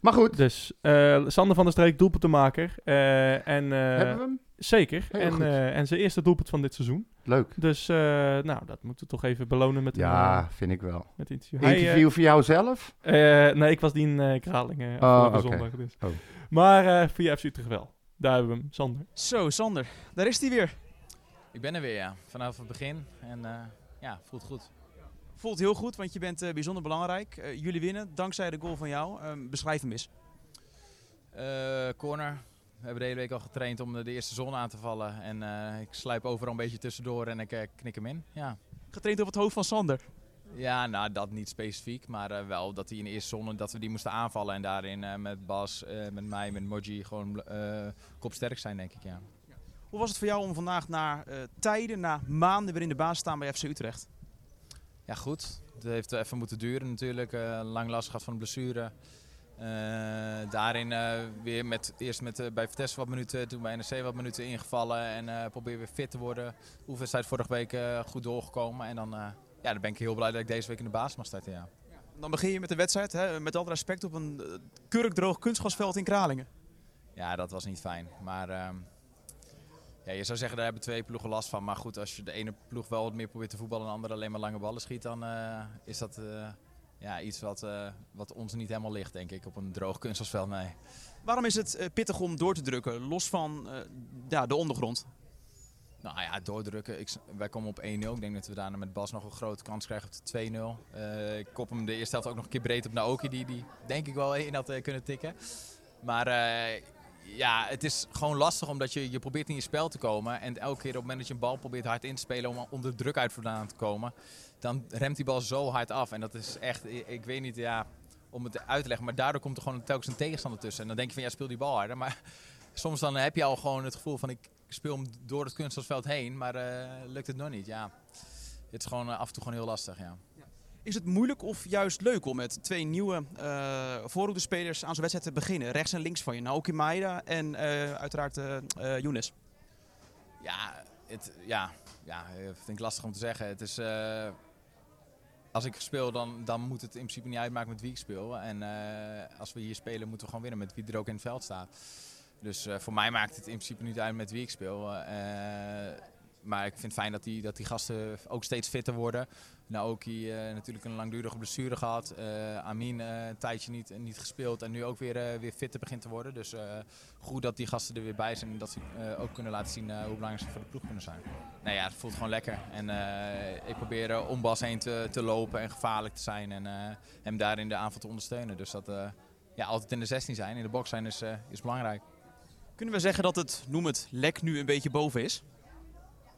S2: Maar goed,
S1: Dus eh, Sander van der Streek, doelpuntenmaker. Eh, en, eh,
S2: hebben we hem?
S1: Zeker.
S2: Heel
S1: en,
S2: goed.
S1: eh, en zijn eerste doelpunt van dit seizoen.
S2: Leuk.
S1: Dus eh, nou, dat moeten we toch even belonen met een,
S2: Ja,
S1: eh,
S2: vind ik wel.
S1: met iets. Hij, eh,
S2: Interview voor jou zelf?
S1: eh, nee, ik was die in eh, Kralingen afgelopen
S2: oké.
S1: zondag. Dus.
S2: Oh.
S1: Maar eh, via FC Utrecht wel. Daar hebben we hem, Sander.
S5: Zo, Sander, daar is hij weer.
S6: Ik ben er weer, ja. Vanaf het begin. En eh, ja, voelt goed.
S5: Voelt heel goed, want je bent eh, bijzonder belangrijk. Eh, jullie winnen dankzij de goal van jou. Ehm, beschrijf hem eens.
S6: Eh, corner. We hebben de hele week al getraind om de de eerste zon aan te vallen. En eh, ik sluip overal een beetje tussendoor en ik eh, knik hem in. Ja.
S5: Getraind op het hoofd van Sander.
S6: ja, nou dat niet specifiek. Maar eh, wel dat hij in de eerste zon dat we die moesten aanvallen. En daarin eh, met Bas, eh, met mij, met Moji gewoon eh, kopsterk zijn denk ik. Ja.
S5: Hoe was het voor jou om vandaag na eh, tijden, na maanden weer in de baas te staan bij FC Utrecht?
S6: Ja, goed. Het heeft even moeten duren natuurlijk. Eh, lang last gehad van de blessure. Eh, daarin eh, weer met, eerst met, eh, bij Vitesse wat minuten, toen bij NEC wat minuten ingevallen. En eh probeer weer fit te worden. Oefenwedstrijd vorige week eh, goed doorgekomen. En dan, eh, ja, dan ben ik heel blij dat ik deze week in de baas mag starten. Ja.
S5: Dan begin je met de wedstrijd, hè, met alle respect, op een eh, kurkdroog kunstgasveld in Kralingen.
S6: Ja, dat was niet fijn. Maar ehm, ja, je zou zeggen, daar hebben twee ploegen last van. Maar goed, als je de ene ploeg wel wat meer probeert te voetballen en de andere alleen maar lange ballen schiet, dan eh, is dat eh, ja, iets wat, eh, wat ons niet helemaal ligt, denk ik, op een droog kunstgrasveld. Nee.
S5: Waarom is het eh, pittig om door te drukken, los van eh, ja, de ondergrond?
S6: Nou ja, doordrukken. Ik, s- wij komen op 1-0. Ik denk dat we daarna met Bas nog een grote kans krijgen op de 2-0. Eh, ik kop hem de eerste helft ook nog een keer breed op Naoki. Die, die denk ik wel in had eh, kunnen tikken. Maar eh, ja, het is gewoon lastig omdat je, je probeert in je spel te komen. En elke keer op het moment dat je een bal probeert hard in te spelen om onder druk uit vandaan te komen. Dan remt die bal zo hard af. En dat is echt, ik, ik weet niet, ja, om het uit te leggen. Maar daardoor komt er gewoon telkens een tegenstander tussen. En dan denk je van ja, speel die bal harder. Maar soms dan heb je al gewoon het gevoel van ik speel hem door het kunstgrasveld heen, maar eh, lukt het nog niet. Ja, het is gewoon eh, af en toe gewoon heel lastig. Ja.
S5: Is het moeilijk of juist leuk om met twee nieuwe eh voorhoedespelers aan zo'n wedstrijd te beginnen? Rechts en links van je, Naoki Maeda en eh, uiteraard eh eh, Younes.
S6: ja, het, ja, ja, eh, vind ik lastig om te zeggen. Het is, eh, als ik speel, dan, dan moet het in principe niet uitmaken met wie ik speel. En eh, als we hier spelen, moeten we gewoon winnen met wie er ook in het veld staat. Dus eh, voor mij maakt het in principe niet uit met wie ik speel. Eh, maar ik vind het fijn dat die, dat die gasten ook steeds fitter worden. Naoki eh, natuurlijk een langdurige blessure gehad. Eh, Amin eh, een tijdje niet, niet gespeeld en nu ook weer, eh, weer fitter begint te worden. Dus eh, goed dat die gasten er weer bij zijn en dat ze eh, ook kunnen laten zien eh, hoe belangrijk ze voor de ploeg kunnen zijn. Nou ja, het voelt gewoon lekker. En eh, ik probeer eh, om Bas heen te, te lopen en gevaarlijk te zijn en eh, hem daarin de aanval te ondersteunen. Dus dat eh, ja, altijd in de 16 zijn, in de box zijn is, eh, is belangrijk.
S5: Kunnen we zeggen dat het, noem het, lek nu een beetje boven is?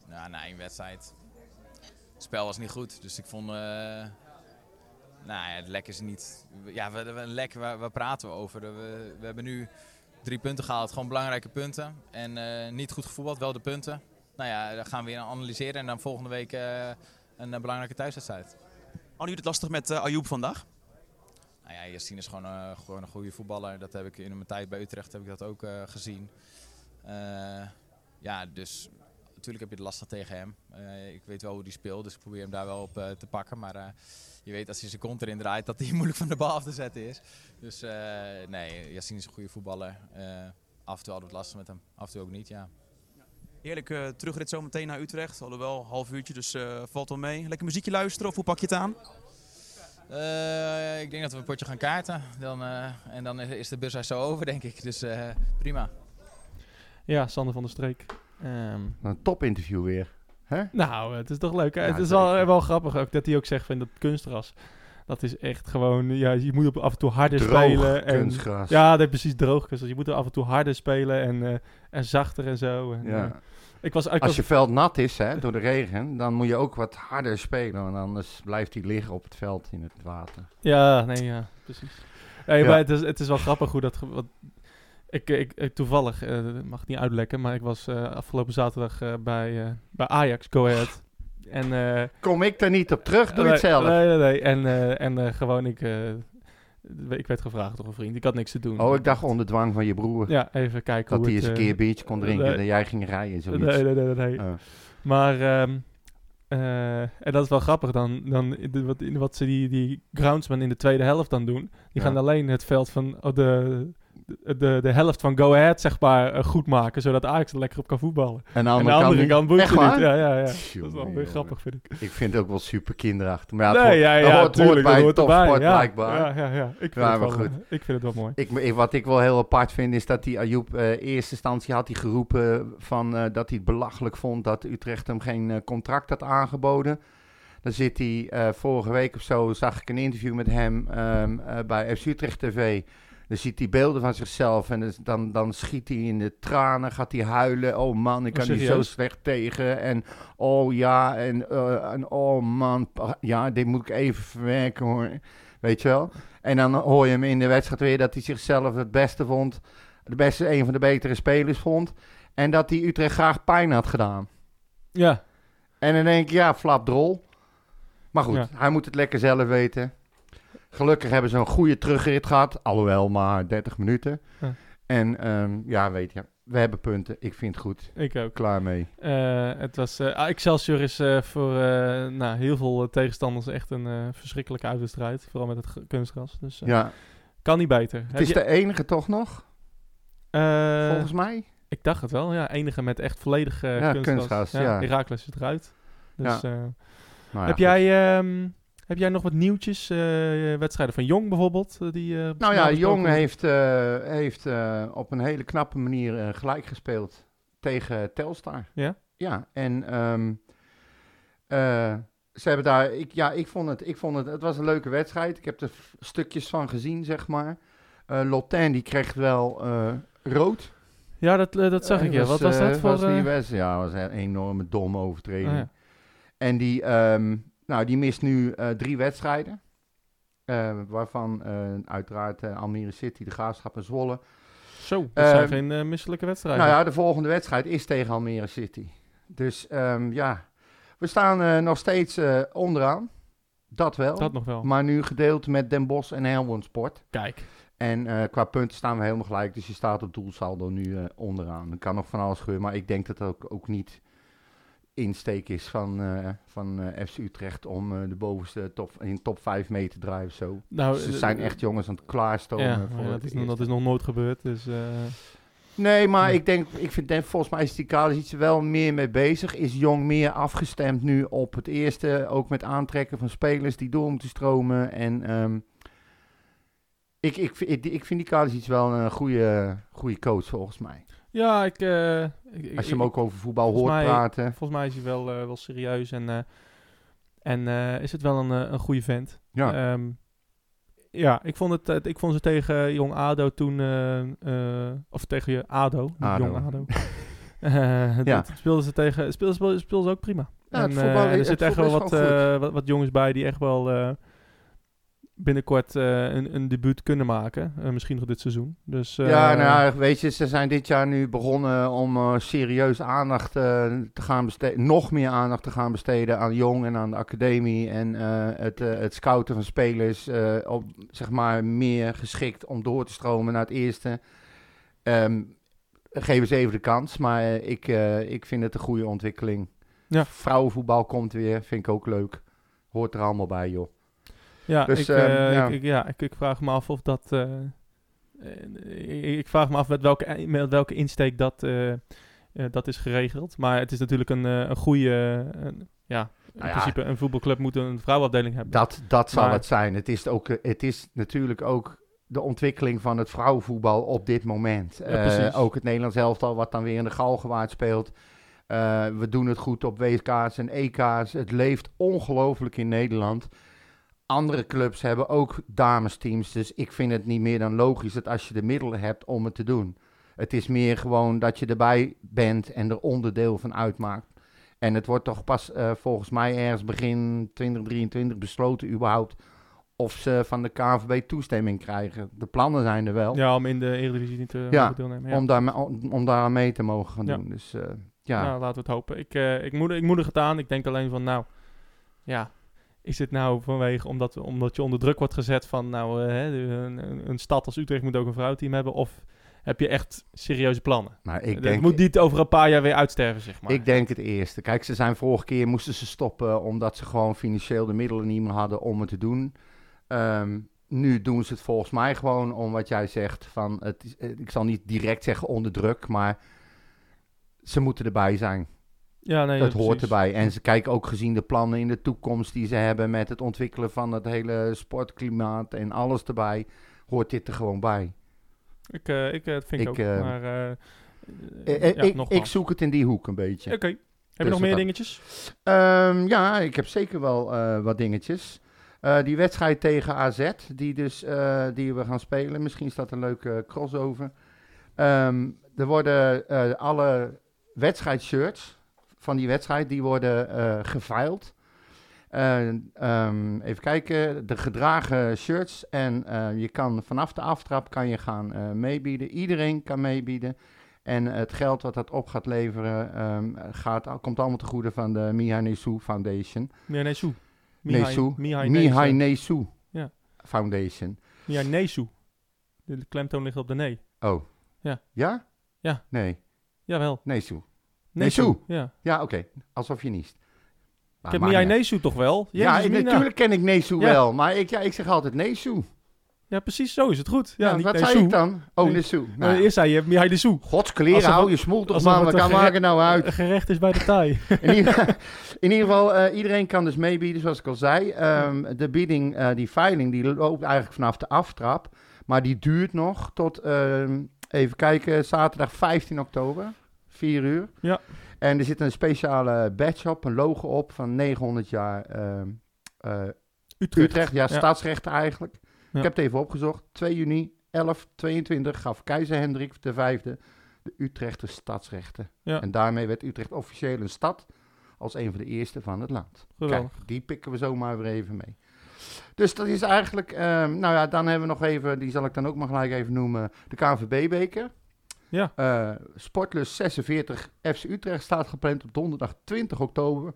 S6: Nou, na één wedstrijd. Het spel was niet goed, dus ik vond. eh, nou ja, het lek is niet. Ja, we, we- een lek, waar, waar praten we over? We, we hebben nu drie punten gehaald, gewoon belangrijke punten. En eh, niet goed gevoetbald, wel de punten. Nou ja, dat gaan we weer analyseren en dan volgende week eh, een eh, belangrijke thuiswedstrijd.
S5: Hadden jullie het lastig met eh Ayoub vandaag?
S6: Nou ja, Yassine is gewoon, eh, gewoon een goede voetballer. Dat heb ik in mijn tijd bij Utrecht heb ik dat ook eh, gezien. Eh, ja, dus natuurlijk heb je het lastig tegen hem. Eh, ik weet wel hoe hij speelt, dus ik probeer hem daar wel op eh, te pakken. Maar eh, je weet als hij zijn kont erin draait dat hij moeilijk van de bal af te zetten is. Dus eh, nee, Yassine is een goede voetballer. Eh, af en toe hadden we het lastig met hem, af en toe ook niet, ja.
S5: Heerlijk eh, terugrit zo meteen naar Utrecht. Alhoewel, een half uurtje, dus eh, valt wel mee. Lekker muziekje luisteren of hoe pak je het aan?
S6: Eh, ik denk dat we een potje gaan kaarten. Dan, eh, en dan is de bus zo over, denk ik. Dus eh, prima.
S1: Ja, Sander van der Streek. Ehm,
S2: Een topinterview weer. hè?
S1: nou, het is toch leuk. hè?
S2: Ja,
S1: het is wel, eh,
S2: zeker.
S1: wel grappig ook dat hij ook zegt van dat kunstras. Dat is echt gewoon, ja, je moet op af en toe harder
S2: Droog
S1: spelen. En,
S2: kunstgras.
S1: ja, dat is precies droog kunstgras. Je moet er af en toe harder spelen en, eh, en zachter en zo. En, eh,
S2: Ja.
S1: ik was, ik
S2: Als
S1: was
S2: je veld nat is hè, door de regen, dan moet je ook wat harder spelen. Want anders blijft hij liggen op het veld in het water.
S1: Ja, nee, ja, precies. Nee,
S2: Ja.
S1: maar het is, het is wel grappig hoe dat... ge- Wat, ik, ik, ik- toevallig, eh, dat mag ik niet uitlekken, maar ik was eh, afgelopen zaterdag eh, bij, eh, bij Ajax, Go Ahead. En, eh,
S2: Kom ik daar niet op terug, doe je
S1: nee,
S2: het zelf.
S1: Nee, nee, nee. En, eh, en eh, gewoon, ik, eh, ik werd gevraagd door een vriend. Ik had niks te doen.
S2: Oh, ik dacht onder dwang van je broer.
S1: Ja, even kijken
S2: dat
S1: hoe
S2: hij eens
S1: het...
S2: een
S1: eh,
S2: keer biertje kon drinken
S1: nee.
S2: en jij ging rijden. Zoiets.
S1: Nee, nee, nee, nee. nee.
S2: Oh.
S1: Maar, ehm, eh, en dat is wel grappig dan, dan in de- wat, in wat ze die, die groundsmen in de tweede helft dan doen. Die
S2: Ja.
S1: gaan alleen het veld van oh, de, de, de, de helft van Go Ahead, zeg maar, eh, goed maken. Zodat Ajax er lekker op kan voetballen.
S2: En de
S1: en
S2: andere,
S1: de andere
S2: kant
S1: kant boeit
S2: niet. Echt
S1: je niet.
S2: waar?
S1: Ja, ja, ja. Dat is
S2: Tjonge,
S1: wel weer
S2: jonge.
S1: grappig, vind ik.
S2: Ik vind het ook wel super kinderachtig. Maar ja, het
S1: nee,
S2: hoort-
S1: ja,
S2: het
S1: ja,
S2: hoort, hoort
S1: tuurlijk, dat
S2: bij een
S1: hoort
S2: topsport
S1: erbij, ja.
S2: blijkbaar.
S1: Ja, ja, ja. Ik vind,
S2: Ja,
S1: het wel,
S2: maar goed.
S1: ik vind het wel mooi.
S2: Ik, ik- wat ik wel heel apart vind is dat die Ayoub eh eerste instantie had hij geroepen van, eh, dat hij het belachelijk vond dat Utrecht hem geen eh, contract had aangeboden. Dan zit hij eh, vorige week of zo, zag ik een interview met hem ehm, eh, bij FC Utrecht TV. Dan ziet hij beelden van zichzelf en dus dan, dan schiet hij in de tranen, gaat hij huilen. Oh man, ik
S1: Oh,
S2: kan niet zo
S1: serieus?
S2: slecht tegen. En oh ja, en, eh, en oh man, pa- ja, dit moet ik even verwerken hoor. Weet je wel? En dan hoor je hem in de wedstrijd weer dat hij zichzelf het beste vond. De beste, een van de betere spelers vond. En dat hij Utrecht graag pijn had gedaan.
S1: Ja,
S2: En dan denk ik, ja, flapdrol. Maar goed,
S1: Ja.
S2: hij moet het lekker zelf weten. Gelukkig hebben ze een goede terugrit gehad. Alhoewel, maar 30 minuten.
S1: Ja.
S2: En ehm, ja, weet je, we hebben punten. Ik vind het goed.
S1: ik ook.
S2: Klaar mee.
S1: Eh, het was, eh, ah, Excelsior is eh, voor eh, nou, heel veel eh, tegenstanders echt een eh, verschrikkelijke uitwedstrijd. Vooral met het ge- kunstgras. Dus eh,
S2: Ja,
S1: kan niet beter. Heb
S2: het is
S1: je-
S2: de enige toch nog,
S1: eh,
S2: volgens mij?
S1: Ik dacht het wel, ja. Enige met echt volledig eh
S2: Ja,
S1: kunstgras.
S2: kunstgras, ja.
S1: Heracles is eruit. Dus, eh,
S2: Nou ja,
S1: heb,
S2: goed.
S1: jij, ehm, heb jij nog wat nieuwtjes? eh, wedstrijden van Jong bijvoorbeeld? eh, Die, eh,
S2: Nou ja,
S1: besproken
S2: Jong
S1: worden?
S2: heeft, eh, heeft eh, op een hele knappe manier eh, gelijk gespeeld tegen Telstar.
S1: Ja?
S2: Ja, en ehm, eh, ze hebben daar... Ik, ja, ik vond, het, ik vond het... Het was een leuke wedstrijd. Ik heb er f- stukjes van gezien, zeg maar. Eh Lotin, die kreeg wel eh, rood.
S1: Ja, dat, eh, dat zag
S2: Hij
S1: ik, ja. Wat was
S2: eh,
S1: dat voor...
S2: Was die
S1: eh,
S2: wedstrijd? Ja, was een enorme domme overtreding.
S1: oh ja.
S2: En die, ehm, nou, die mist nu eh, drie wedstrijden. Eh, waarvan eh, uiteraard eh, Almere City, de Graafschap en
S1: Oh,
S2: Zwolle.
S1: Zo, dat zijn
S2: Ehm,
S1: geen eh, misselijke wedstrijden.
S2: Nou ja, de volgende wedstrijd is tegen Almere City. Dus ehm, ja, we staan eh, nog steeds eh, onderaan. Dat wel.
S1: Dat nog wel.
S2: Maar nu gedeeld met Den Bosch en Helmond Sport.
S1: Kijk.
S2: En eh, qua punten staan we helemaal gelijk. Dus je staat op doelsaldo nu eh, onderaan. Er kan nog van alles gebeuren. Maar ik denk dat dat ook, ook niet insteek is van, eh, van eh, FC Utrecht om eh, de bovenste top, in top 5 mee te draaien of zo.
S1: Nou,
S2: Ze zijn echt jongens aan het klaarstomen.
S1: Ja,
S2: voor
S1: maar dat
S2: het
S1: is, nog-
S2: eerste.
S1: dat is nog nooit gebeurd. Dus, eh,
S2: Nee, maar
S1: Nee.
S2: ik denk, ik vind, denk, volgens mij is die Kalis iets wel meer mee bezig. Is Jong meer afgestemd nu op het eerste, ook met aantrekken van spelers die door moeten stromen. En ehm, ik, ik, vind- ik, ik vind die Kalis iets wel een goede, goede coach volgens mij.
S1: ja, ik, eh, ik- ik-
S2: Als je hem
S1: ik-
S2: ook over voetbal hoort
S1: volgens mij-
S2: praten.
S1: Volgens mij is hij wel, eh, wel serieus en, eh, en eh, is het wel een, eh, een goede vent.
S2: Ja,
S1: Ehm, ja, ik vond, het, eh, ik vond ze tegen eh, Jong ADO toen... eh, eh, of tegen je ADO, niet
S2: ADO.
S1: Jong ADO. Eh
S2: Ja.
S1: dat speelden ze tegen... Speelden, speelden, speelden ze ook prima.
S2: Ja,
S1: en,
S2: het
S1: eh,
S2: voetbal-
S1: er
S2: het
S1: zitten echt wel
S2: voetbal is
S1: wat,
S2: gewoon
S1: eh, wat, wat jongens bij die echt wel... eh, binnenkort eh, een, een debuut kunnen maken. Eh, misschien nog dit seizoen. Dus, eh,
S2: ja, nou, ja, weet je, ze zijn dit jaar nu begonnen om eh, serieus aandacht eh, te gaan besteden. Nog meer aandacht te gaan besteden aan jong en aan de academie. En eh, het, eh, het scouten van spelers eh, op, zeg maar, meer geschikt om door te stromen naar het eerste. Ehm geven ze even de kans, maar eh, ik, eh, ik vind het een goede ontwikkeling.
S1: Ja.
S2: Vrouwenvoetbal komt weer, vind ik ook leuk. Hoort er allemaal bij, joh.
S1: Ja,
S2: Dus,
S1: ik,
S2: ehm,
S1: eh,
S2: ja.
S1: Ik, ik- ja ik, ik vraag me af of dat. eh, eh, ik, ik vraag me af met welke, e-, met welke insteek dat, eh, eh, dat is geregeld. Maar het is natuurlijk een, eh, een goede. een- ja, in
S2: Nou ja.
S1: principe, een voetbalclub moet een vrouwenafdeling hebben.
S2: Dat, dat zal
S1: Maar-
S2: het zijn. Het is, ook, eh, het is natuurlijk ook de ontwikkeling van het vrouwenvoetbal op dit moment. Eh,
S1: precies.
S2: ook het Nederlands elftal, wat dan weer in de Galgenwaard speelt. Eh, we doen het goed op WK's en EK's. Het leeft ongelooflijk in Nederland. Andere clubs hebben ook damesteams. Dus ik vind het niet meer dan logisch dat als je de middelen hebt om het te doen. Het is meer gewoon dat je erbij bent en er onderdeel van uitmaakt. En het wordt toch pas eh, volgens mij ergens begin 2023 besloten überhaupt of ze van de KNVB toestemming krijgen. De plannen zijn er wel
S1: ja, om in de Eredivisie niet eh, te
S2: Ja,
S1: mogen deelnemen. Ja.
S2: om, daar, om, om daar aan mee te mogen gaan
S1: Ja.
S2: doen. Dus eh, ja.
S1: Nou, laten we het hopen. Ik, eh, ik, moedig, ik moedig het aan. Ik denk alleen van, nou, ja. Is dit nou vanwege omdat, omdat je onder druk wordt gezet van, nou, eh, hè, de- een, een- een stad als Utrecht moet ook een vrouwteam hebben? Of heb je echt serieuze plannen?
S2: maar
S1: Het
S2: ik denk,
S1: moet niet over een paar jaar weer uitsterven, zeg maar.
S2: ik denk het eerste. Kijk, ze zijn vorige keer moesten ze stoppen eh, omdat ze gewoon financieel de middelen niet meer hadden om het te doen. Ehm, nu doen ze het volgens mij gewoon om wat jij zegt. Van het, is- eh, ik zal niet direct zeggen onder druk, maar ze moeten erbij zijn.
S1: ja, nee,
S2: dat
S1: ja,
S2: hoort
S1: precies.
S2: erbij. En ze kijken ook gezien de plannen in de toekomst die ze hebben met het ontwikkelen van het hele sportklimaat en alles erbij, hoort dit er gewoon bij.
S1: Ik, eh, ik eh, dat vind ik,
S2: Ik,
S1: ook.
S2: eh,
S1: maar, eh, eh,
S2: Eh, eh,
S1: ja,
S2: ik, ik
S1: nogmaals.
S2: zoek het in die hoek een beetje.
S1: Oké. Heb
S2: Dus
S1: je nog
S2: wat
S1: meer
S2: dan?
S1: dingetjes?
S2: Ehm, ja, ik heb zeker wel eh, wat dingetjes. Eh, die wedstrijd tegen AZ, die, dus, eh, die we gaan spelen. Misschien is dat een leuke crossover. Ehm, er worden eh, alle wedstrijdshirts van die wedstrijd, die worden eh geveild. Eh, ehm, even kijken, de gedragen shirts. En eh, je kan vanaf de aftrap kan je gaan eh, meebieden. Iedereen kan meebieden. En het geld wat dat op gaat leveren, ehm, gaat, komt allemaal te goede van de Mihai Nesu Foundation.
S1: Mihai Nesu. Mihai-
S2: Nesu.
S1: Mihai
S2: Mihai
S1: Nesu.
S2: Nesu
S1: Ja.
S2: Foundation.
S1: Mihai Nesu. De klemtoon ligt op de nee.
S2: Oh.
S1: Ja.
S2: Ja?
S1: Ja.
S2: Nee,
S1: Jawel.
S2: Nesu. Nesu.
S1: Ja.
S2: Ja, oké. Alsof je niest.
S1: Ik
S2: Maar
S1: heb
S2: maakt
S1: Mihai
S2: niet uit.
S1: Nesu toch wel?
S2: Ja,
S1: Jezus,
S2: ik-
S1: Mina.
S2: natuurlijk ken ik Nesu
S1: Ja.
S2: wel, maar ik, ja, ik zeg altijd Nesu.
S1: Ja, precies. Zo is het goed. Ja,
S2: Ja,
S1: niet
S2: wat
S1: Nesu.
S2: zei ik dan? Oh,
S1: Nee.
S2: Nesu.
S1: Eh,
S2: Nou,
S1: Eerst zei je Mihai Nesu.
S2: Godskleren,
S1: alsof-
S2: hou je smoel toch
S1: alsof
S2: man,
S1: het
S2: wat
S1: een
S2: kan
S1: gere-
S2: maken nou uit?
S1: Gerecht is bij de taai.
S2: In ieder, in ieder geval, eh, iedereen kan dus meebieden, zoals ik al zei. Ehm, de bieding, eh, die veiling, die loopt eigenlijk vanaf de aftrap. Maar die duurt nog tot, ehm, even kijken, zaterdag 15 oktober, 4 uur.
S1: Ja.
S2: En er zit een speciale badge op, een logo op van 900 jaar ehm, eh,
S1: Utrecht.
S2: Utrecht. Ja,
S1: Ja.
S2: staatsrechten eigenlijk.
S1: Ja.
S2: Ik heb het even opgezocht. 2 juni 1122 gaf keizer Hendrik V de Utrechtse stadsrechten.
S1: Ja.
S2: En daarmee werd Utrecht officieel een stad als een van de eerste van het land.
S1: Geweldig.
S2: Kijk, die pikken we zomaar weer even mee. Dus dat is eigenlijk, ehm, nou ja, dan hebben we nog even, die zal ik dan ook maar gelijk even noemen, de KNVB-beker.
S1: Ja.
S2: Eh, Sportlus 46 FC Utrecht staat gepland op donderdag 20 oktober.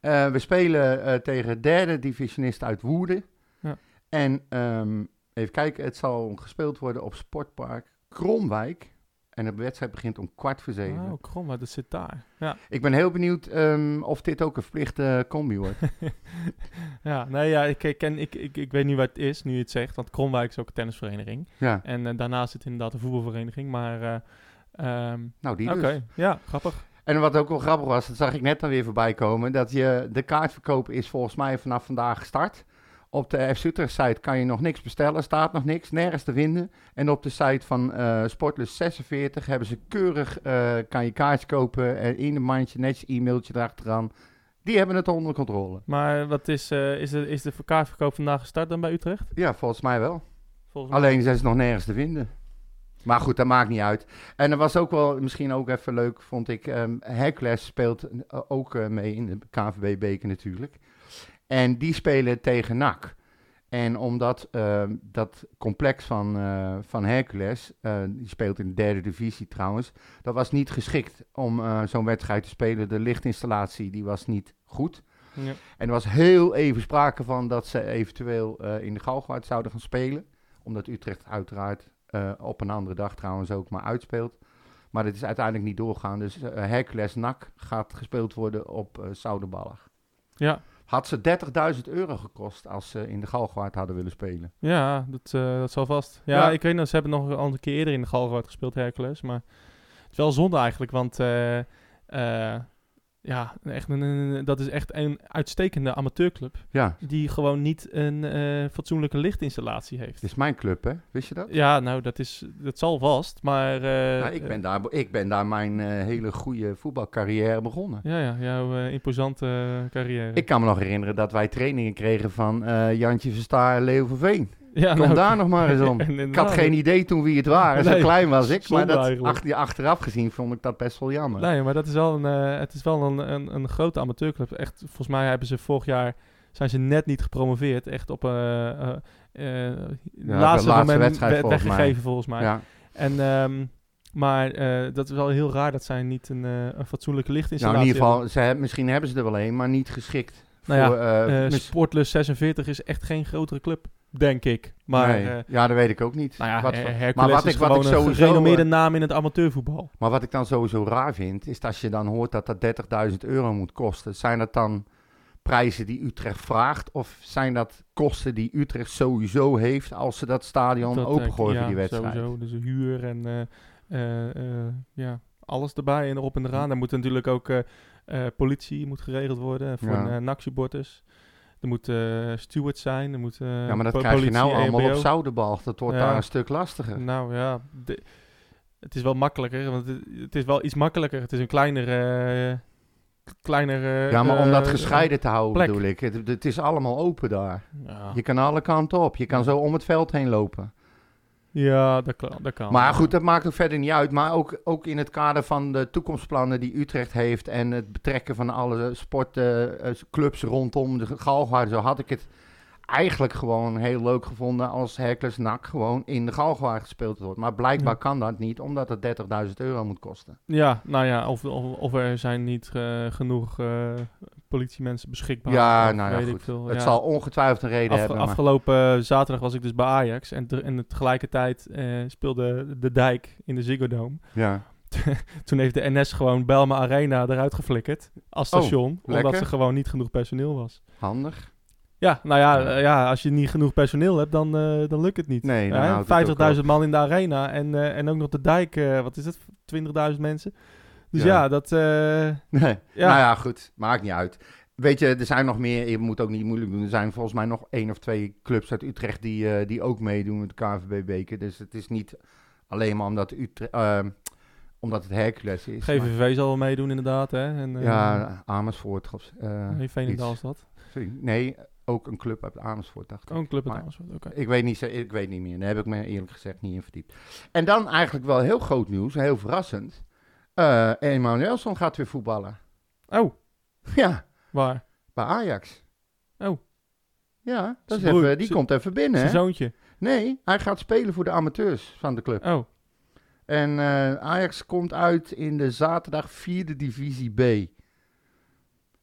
S2: Eh, we spelen eh, tegen derde divisionist uit Woerden.
S1: Ja.
S2: En ehm, even kijken, het zal gespeeld worden op Sportpark Kromwijk. En de wedstrijd begint om kwart voor zeven.
S1: Oh, krom, maar dat zit daar. Ja,
S2: Ik ben heel benieuwd ehm, of dit ook een verplichte eh, combi wordt.
S1: ja nee, ja, ik, ik ken, ik, ik, ik weet niet wat het is, nu je het zegt. Want Kromwijk is ook een tennisvereniging.
S2: ja,
S1: En eh, daarnaast zit inderdaad een voetbalvereniging. Maar, eh, ehm,
S2: nou die
S1: oké,
S2: dus.
S1: ja, grappig.
S2: En wat ook wel grappig was, dat zag ik net dan weer voorbij komen, dat je de kaartverkoop is volgens mij vanaf vandaag gestart. Op de FC Utrecht site kan je nog niks bestellen, staat nog niks, nergens te vinden. En op de site van eh Sportlus 46 hebben ze keurig, eh, kan je kaartjes kopen en in een mandje, netjes e-mailtje erachteraan. Die hebben het onder controle.
S1: Maar wat is, eh, is, de, is de kaartverkoop vandaag gestart dan bij Utrecht?
S2: Ja, volgens mij wel.
S1: Volgens mij.
S2: Alleen zijn ze nog nergens te vinden. Maar goed, dat maakt niet uit. En er was ook wel, misschien ook even leuk, vond ik. ehm Hercules speelt eh, ook eh, mee in de KNVB-beker natuurlijk. En die spelen tegen NAC. En omdat ehm, dat complex van, eh, van Hercules, eh, die speelt in de derde divisie trouwens, dat was niet geschikt om eh, zo'n wedstrijd te spelen. De lichtinstallatie die was niet goed.
S1: Ja.
S2: En er was heel even sprake van dat ze eventueel eh, in de Galgenwaard zouden gaan spelen. Omdat Utrecht uiteraard eh, op een andere dag trouwens ook maar uitspeelt. Maar het is uiteindelijk niet doorgaan. Dus eh, Hercules NAC gaat gespeeld worden op eh Zoudenballig.
S1: Ja,
S2: Had ze 30.000 euro gekost als ze in de Galgenwaard hadden willen spelen.
S1: ja dat, eh, dat zal vast. Ja,
S2: Ja.
S1: ik weet nog, ze hebben nog een andere keer eerder in de Galgenwaard gespeeld, Hercules. Maar het is wel zonde eigenlijk, want eh, eh, ja, echt een, een- dat is echt een uitstekende amateurclub.
S2: Ja,
S1: Die gewoon niet een eh, fatsoenlijke lichtinstallatie heeft.
S2: het is mijn club hè, wist je dat?
S1: Ja, nou, dat, is, dat zal vast, maar... eh,
S2: Nou, ik, ben daar, ik ben daar mijn eh, hele goede voetbalcarrière begonnen.
S1: Ja, ja, jouw eh, imposante eh, carrière.
S2: Ik kan me nog herinneren dat wij trainingen kregen van eh, Jantje Verstaar en Leo van Veen.
S1: ja, nou.
S2: Kom daar nog maar eens om. Ik had geen idee toen wie het waren,
S1: Nee,
S2: zo klein was ik.
S1: zonde
S2: Maar dat
S1: eigenlijk.
S2: achter, achteraf gezien vond ik dat best wel jammer.
S1: Nee, maar dat is wel een, eh, het is wel een, een, een grote amateurclub. Echt, volgens mij hebben ze vorig jaar, zijn ze net niet gepromoveerd. Echt op een laatste,
S2: laatste
S1: moment
S2: wedstrijd
S1: we-
S2: volgens mij.
S1: weggegeven volgens mij.
S2: ja. Nou,
S1: En, ehm, maar eh, dat is wel heel raar dat zij niet een, eh, een fatsoenlijke
S2: nou,
S1: lichtinstallatie
S2: in ieder geval, ze, hebben- misschien hebben ze er wel een, maar niet geschikt.
S1: Nou ja,
S2: voor, eh,
S1: hebben. Eh,
S2: mis-
S1: Sportlus 46 is echt geen grotere club, denk ik. Maar,
S2: nee.
S1: eh,
S2: ja, dat weet ik ook niet.
S1: nou ja,
S2: Wat-
S1: Her- Hercules
S2: maar wat
S1: is
S2: ik,
S1: gewoon
S2: wat ik
S1: een
S2: sowieso...
S1: gerenommeerde
S2: eh,
S1: naam in het amateurvoetbal.
S2: Maar wat ik dan sowieso raar vind, is dat als je dan hoort dat dat 30.000 euro moet kosten. Zijn dat dan prijzen die Utrecht vraagt? Of zijn dat kosten die Utrecht sowieso heeft als ze dat stadion
S1: Dat, eh,
S2: opengooien
S1: ja,
S2: voor die wedstrijd?
S1: Sowieso, dus huur en eh, eh, eh, ja, alles erbij en erop en eraan. Er moet natuurlijk ook eh, eh, politie moet geregeld worden voor
S2: Ja.
S1: ja. NAC-supporters. Er moet eh steward zijn, er moet eh,
S2: Ja, maar dat
S1: po-
S2: krijg je
S1: politie, E
S2: nou allemaal op
S1: EHBO.
S2: Zoudenbalg. Dat wordt
S1: Ja.
S2: daar een stuk lastiger.
S1: Nou ja, de- het is wel makkelijker, want het, het is wel iets makkelijker. Het is een kleiner... eh, k- kleiner eh,
S2: Ja, maar om dat
S1: eh,
S2: gescheiden te houden
S1: plek.
S2: bedoel ik. Het, het is allemaal open daar.
S1: Ja,
S2: Je kan alle kanten op. Je kan zo om het veld heen lopen.
S1: ja dat, kan, dat kan.
S2: Maar goed, dat maakt ook verder niet uit. Maar ook, ook in het kader van de toekomstplannen die Utrecht heeft... en het betrekken van alle sportclubs rondom de Galgenwaard... zo had ik het eigenlijk gewoon heel leuk gevonden... als Hercules NAC gewoon in de Galgenwaard gespeeld wordt. Maar blijkbaar
S1: Ja.
S2: kan dat niet, omdat het 30.000 euro moet kosten.
S1: Ja, nou ja, of, of, of er zijn niet eh, genoeg eh, politiemensen beschikbaar.
S2: ja,
S1: of
S2: nou ja,
S1: weet ik
S2: goed.
S1: veel,
S2: Het
S1: Oh, ja.
S2: zal ongetwijfeld een reden
S1: Af-
S2: hebben. maar-
S1: afgelopen zaterdag was ik dus bij Ajax en, ter- en tegelijkertijd eh, speelde de Dijk in de Ziggo Dome.
S2: Ja.
S1: Toen heeft de NS gewoon Belma Arena eruit geflikkerd als
S2: Oh,
S1: station, omdat
S2: lekker.
S1: er gewoon niet genoeg personeel was.
S2: Handig.
S1: Ja, nou ja,
S2: Ja.
S1: eh, ja als je niet genoeg personeel hebt, dan, eh, dan lukt het niet.
S2: Nee, dan
S1: Hè?
S2: houdt het
S1: 50.000 man in de arena en, eh, en ook nog de Dijk, eh, wat is het, 20.000 mensen. Dus ja,
S2: Ja.
S1: dat... eh,
S2: Nee.
S1: Ja.
S2: Nou ja, goed. Maakt niet uit. Weet je, er zijn nog meer. Je moet ook niet moeilijk doen. Er zijn volgens mij nog één of twee clubs uit Utrecht die, eh, die ook meedoen met de KNVB-beker. Dus het is niet alleen maar omdat, Utre- eh, omdat het Hercules is. maar-
S1: GVV zal wel meedoen inderdaad, hè? En, eh,
S2: ja, Amersfoort. of- eh,
S1: nee, Veenendaal is dat.
S2: sorry. Nee, ook een club uit Amersfoort, dacht ik.
S1: Oh, een club uit
S2: Maar-
S1: Amersfoort, oké.
S2: Ik weet, niet, zo- ik weet niet meer. Daar heb ik me eerlijk gezegd niet in verdiept. En dan eigenlijk wel heel groot nieuws, heel verrassend. Eh Emanuelson gaat weer voetballen.
S1: Oh,
S2: Ja.
S1: waar?
S2: Bij Ajax.
S1: Oh.
S2: Ja, dat is
S1: Zijn broer-
S2: even, die
S1: zijn-
S2: komt even binnen.
S1: Zijn
S2: Hè?
S1: zoontje.
S2: Nee, hij gaat spelen voor de amateurs van de club.
S1: Oh,
S2: En eh, Ajax komt uit in de zaterdag vierde divisie B.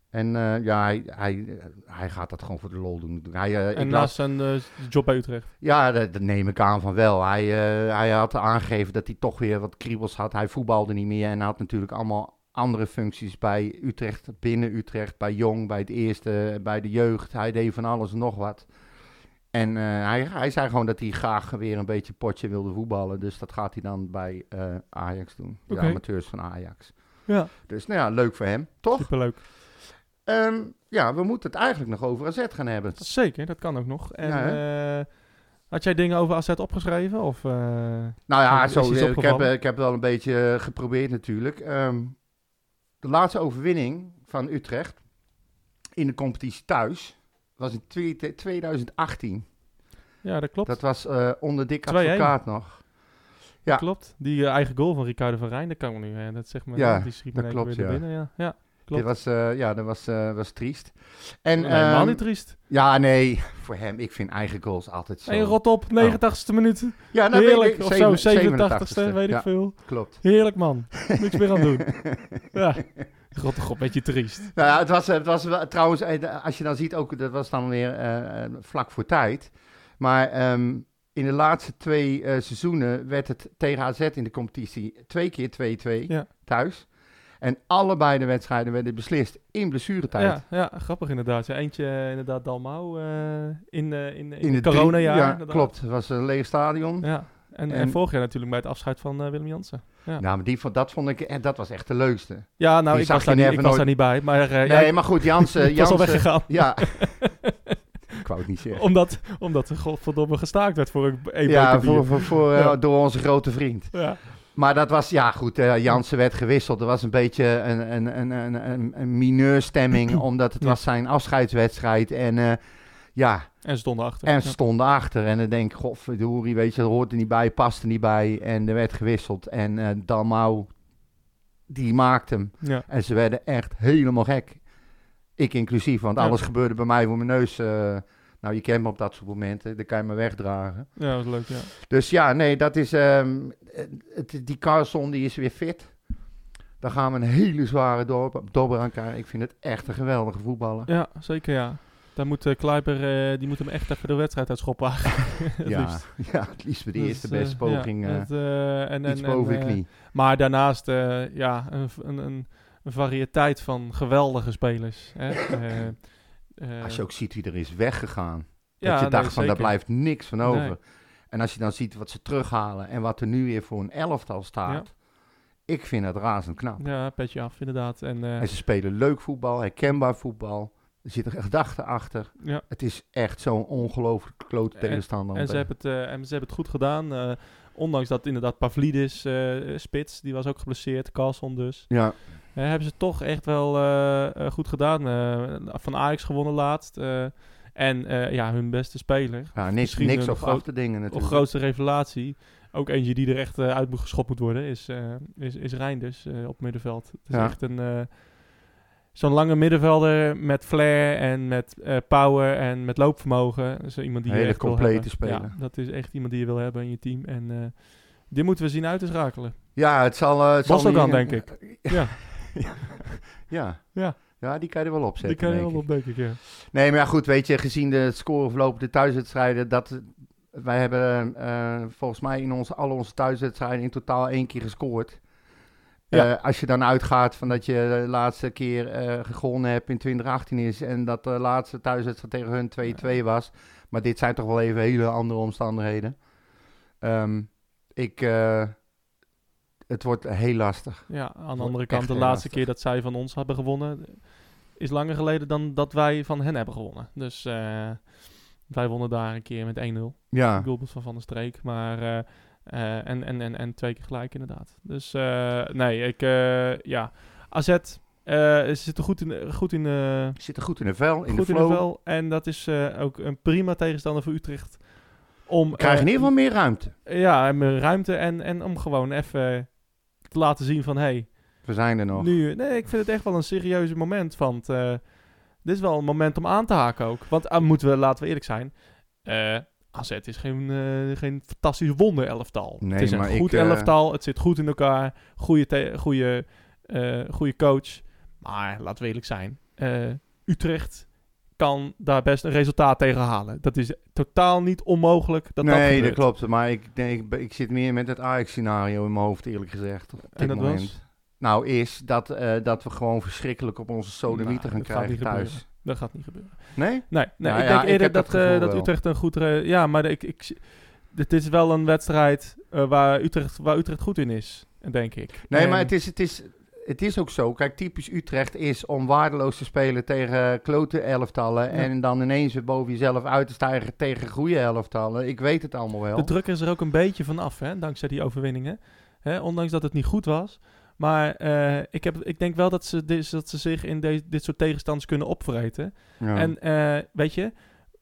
S2: En eh, ja, hij, hij, hij gaat dat gewoon voor de lol doen. Hij, eh, ik
S1: en
S2: las-
S1: naast zijn eh, job bij Utrecht.
S2: Ja, dat, dat neem ik aan van wel. Hij, eh, hij had aangegeven dat hij toch weer wat kriebels had. Hij voetbalde niet meer en had natuurlijk allemaal andere functies bij Utrecht, binnen Utrecht, bij Jong, bij het eerste, bij de jeugd. Hij deed van alles en nog wat. En eh, hij, hij zei gewoon dat hij graag weer een beetje potje wilde voetballen. Dus dat gaat hij dan bij eh, Ajax doen. De
S1: Oké.
S2: amateurs van Ajax.
S1: Ja,
S2: Dus nou ja, leuk voor hem, toch?
S1: superleuk.
S2: Ehm, ja, we moeten het eigenlijk nog over AZ gaan hebben.
S1: Zeker, dat kan ook nog. En
S2: Ja,
S1: eh, had jij dingen over AZ opgeschreven? Of, eh,
S2: Nou ja,
S1: Is iets
S2: zo, ik, heb,
S1: opgevallen?
S2: eh, ik heb wel een beetje eh, geprobeerd natuurlijk. Ehm, de laatste overwinning van Utrecht in de competitie thuis was in twe- 2018.
S1: Ja, dat klopt.
S2: Dat was eh, onder Dick
S1: 2-1.
S2: Advocaat nog. ja.
S1: klopt. Die eh, eigen goal van Ricardo van Rijn, dat kan me nu. Hè. Dat zeg maar,
S2: Ja,
S1: die schiet
S2: dat
S1: me in één keer
S2: klopt,
S1: weer naar
S2: ja.
S1: binnen. Ja, ja.
S2: Dit
S1: Klopt.
S2: was, eh, ja, dat was, eh, was triest. En,
S1: Nee, helemaal
S2: ehm,
S1: niet triest.
S2: Ja, nee, voor hem. Ik vind eigen goals altijd zo. Nou.
S1: En rot op, 89ste minuut.
S2: ja, nou, weet
S1: Heerlijk.
S2: ik,
S1: Of zo, 87ste,
S2: 87ste,
S1: weet ik
S2: ja,
S1: veel.
S2: Klopt.
S1: Heerlijk, man. Niks meer aan doen. Ja. God, god, beetje triest.
S2: Nou ja, het was, het was wel- trouwens, eh, als je dan ziet, ook, dat was dan weer eh, eh, vlak voor tijd. Maar ehm, in de laatste twee eh, seizoenen werd het tegen AZ in de competitie twee keer 2-2
S1: Ja.
S2: thuis. En allebei de wedstrijden werden beslist in blessuretijd.
S1: Ja, ja, grappig inderdaad. Ja, eentje eh, inderdaad Dalmau eh, in, eh in, in,
S2: In
S1: het
S2: drie-
S1: coronajaar.
S2: Ja,
S1: inderdaad.
S2: klopt. Het was een leeg stadion.
S1: Ja. En, en,
S2: En-
S1: vorig jaar natuurlijk bij het afscheid van eh, Willem Jansen. Ja.
S2: Nou, maar die, vond- dat vond ik, en dat was echt de leukste.
S1: Ja, nou,
S2: Die
S1: ik,
S2: zag
S1: was
S2: je
S1: daar, niet, ik
S2: never
S1: was daar
S2: nooit.
S1: niet bij. Maar eh ja,
S2: nee,
S1: ik
S2: maar goed, Jansen.
S1: was al
S2: Jansen
S1: weggegaan.
S2: eh, ja. ik wou het niet zeggen.
S1: Omdat, omdat er godverdomme gestaakt werd voor een één
S2: Ja,
S1: beker bier.
S2: voor, voor, voor, eh,
S1: Ja.
S2: door onze grote vriend.
S1: Ja.
S2: Maar dat was, ja goed, eh, Jansen werd gewisseld. Er was een beetje een, een, een, een, een, een mineurstemming, omdat het
S1: Ja.
S2: was zijn afscheidswedstrijd. En eh, ja,
S1: En ze stonden achter.
S2: en
S1: Ja.
S2: ze stonden achter. En dan denk ik, godverdorie, weet je, dat hoort er niet bij, past er niet bij. En er werd gewisseld. En eh Dalmau, die maakte hem.
S1: Ja.
S2: En ze werden echt helemaal gek. Ik inclusief, want
S1: Ja.
S2: alles gebeurde bij mij voor mijn neus. eh. nou, je kent me op dat soort momenten, dan kan je me wegdragen.
S1: ja, dat was leuk, ja.
S2: Dus ja, nee, dat is. ehm, het, die Carlson die is weer fit. Daar gaan we een hele zware dor- dobber aan krijgen. Ik vind het echt een geweldige voetballer.
S1: Ja, zeker ja. Daar moet eh, Kluiber, eh, die moet hem echt even de wedstrijd uitschoppen. eigenlijk. Het
S2: ja,
S1: liefst.
S2: ja, het liefst bij de
S1: Dus,
S2: eerste
S1: eh,
S2: beste
S1: ja,
S2: poging. eh,
S1: dat, eh, en, en,
S2: iets boven
S1: en,
S2: de
S1: eh,
S2: knie.
S1: Maar daarnaast, eh, ja, een, v- een, een, een variëteit van geweldige spelers. Hè? Eh, eh,
S2: Als je ook ziet wie er is weggegaan.
S1: ja,
S2: dat je
S1: nee,
S2: dacht van
S1: zeker.
S2: daar blijft niks van
S1: Nee.
S2: over. En als je dan ziet wat ze terughalen en wat er nu weer voor een elftal staat. Ik vind dat razend knap.
S1: Ja, petje af inderdaad. En, eh,
S2: En ze spelen leuk voetbal, herkenbaar voetbal. Er zit een gedachte achter.
S1: ja.
S2: Het is echt zo'n ongelooflijk klote tegenstander. om
S1: En ze,
S2: tegen-
S1: hebben het, eh, en ze hebben het goed gedaan. eh, ondanks dat inderdaad Pavlidis, eh, spits, die was ook geblesseerd. Carlson dus.
S2: Ja,
S1: Eh, hebben ze toch echt wel eh, eh, goed gedaan. Eh, van Ajax gewonnen laatst. eh, en eh, ja, hun beste speler.
S2: ja niks,
S1: Misschien
S2: niks
S1: een
S2: op
S1: groot-
S2: af te dingen
S1: Of
S2: natuurlijk.
S1: grootste revelatie. Ook eentje die er echt eh, uit moet geschopt moet worden. Is, eh is, is Reinders eh, op middenveld. Het is
S2: Ja.
S1: echt een... eh, Zo'n lange middenvelder met flair en met eh, power en met loopvermogen. Dat is iemand die je
S2: Hele
S1: echt wil
S2: complete
S1: hebben.
S2: speler.
S1: Ja, dat is echt iemand die je wil hebben in je team. En eh, dit moeten we zien uit te schakelen.
S2: Ja, het zal... eh het zal
S1: Bosdogan,
S2: niet-
S1: denk ik. Ja,
S2: Ja.
S1: Ja.
S2: Ja, die kan je er wel opzetten,
S1: die kan je
S2: denk
S1: wel op,
S2: ik.
S1: denk ik. Ja.
S2: Nee, maar ja, goed, weet je, gezien de scoreverloop de thuiswedstrijden, dat... Wij hebben eh, volgens mij in onze, alle onze thuiswedstrijden in totaal één keer gescoord.
S1: Ja.
S2: Eh, als je dan uitgaat van dat je de laatste keer eh gegonnen hebt in 2018 is... en dat de laatste thuiswedstrijd tegen hun 2-2 was. Maar dit zijn toch wel even hele andere omstandigheden. Ehm, ik... eh, het wordt heel lastig.
S1: Ja, aan de
S2: Wordt
S1: andere
S2: echt
S1: kant, de
S2: heel
S1: laatste
S2: lastig.
S1: keer dat zij van ons hebben gewonnen, is langer geleden dan dat wij van hen hebben gewonnen. Dus eh, wij wonnen daar een keer met 1-0.
S2: Ja,
S1: Een Doelpunt van Van der Streek. Maar, eh, eh, en, en, en, en twee keer gelijk, inderdaad. Dus eh, nee, ik, eh, ja. AZ eh, ze zitten goed in, goed in, eh,
S2: zit er goed in de vel, in
S1: goed
S2: de
S1: in de
S2: flow.
S1: vel. En dat is eh, ook een prima tegenstander voor Utrecht. Om,
S2: We krijgen
S1: eh,
S2: in ieder geval meer ruimte.
S1: Ja, en meer ruimte en, en om gewoon even te laten zien van... Hey,
S2: We zijn er nog.
S1: nu, nee, ik vind het echt wel een serieuze moment. Want eh, dit is wel een moment om aan te haken ook. Want ah, moeten we, laten we eerlijk zijn. eh, AZ is geen, eh, geen fantastisch wonder elftal.
S2: Nee,
S1: het is
S2: maar
S1: een
S2: ik,
S1: goed
S2: eh,
S1: elftal. Het zit goed in elkaar. Goede, goede, eh goede coach. Maar laten we eerlijk zijn. eh, eh, Utrecht kan daar best een resultaat tegen halen. Dat is totaal niet onmogelijk dat dat
S2: nee, dat,
S1: gebeurt.
S2: klopt. Maar ik, denk, ik, ben- ik zit meer met het Ajax-scenario in mijn hoofd, eerlijk gezegd. Op dit
S1: En dat
S2: moment.
S1: was?
S2: Nou, is dat, eh, dat we gewoon verschrikkelijk op onze sodemieten
S1: Nou,
S2: gaan
S1: dat gaat
S2: krijgen
S1: niet
S2: thuis.
S1: Dat gaat niet gebeuren.
S2: Nee?
S1: Nee, nee
S2: Nou
S1: ik
S2: ja,
S1: denk
S2: ik
S1: eerder
S2: heb dat
S1: dat, eh,
S2: gevoel
S1: dat
S2: wel.
S1: Utrecht een goed... re- ja, maar ik, ik, dit is wel een wedstrijd eh, waar, Utrecht, waar Utrecht goed in is, denk ik.
S2: Nee,
S1: En-
S2: maar het is, het, is, het is ook zo. Kijk, typisch Utrecht is om waardeloos te spelen tegen klote elftallen. En dan ineens weer boven jezelf uit te stijgen tegen goede elftallen. Ik weet het allemaal wel.
S1: De druk is er ook een beetje van af, hè, dankzij die overwinningen. Hè, ondanks dat het niet goed was. Maar eh, ik, heb, ik denk wel dat ze, dis- dat ze zich in deze dit soort tegenstanders kunnen opvreten.
S2: Ja.
S1: En eh, weet je,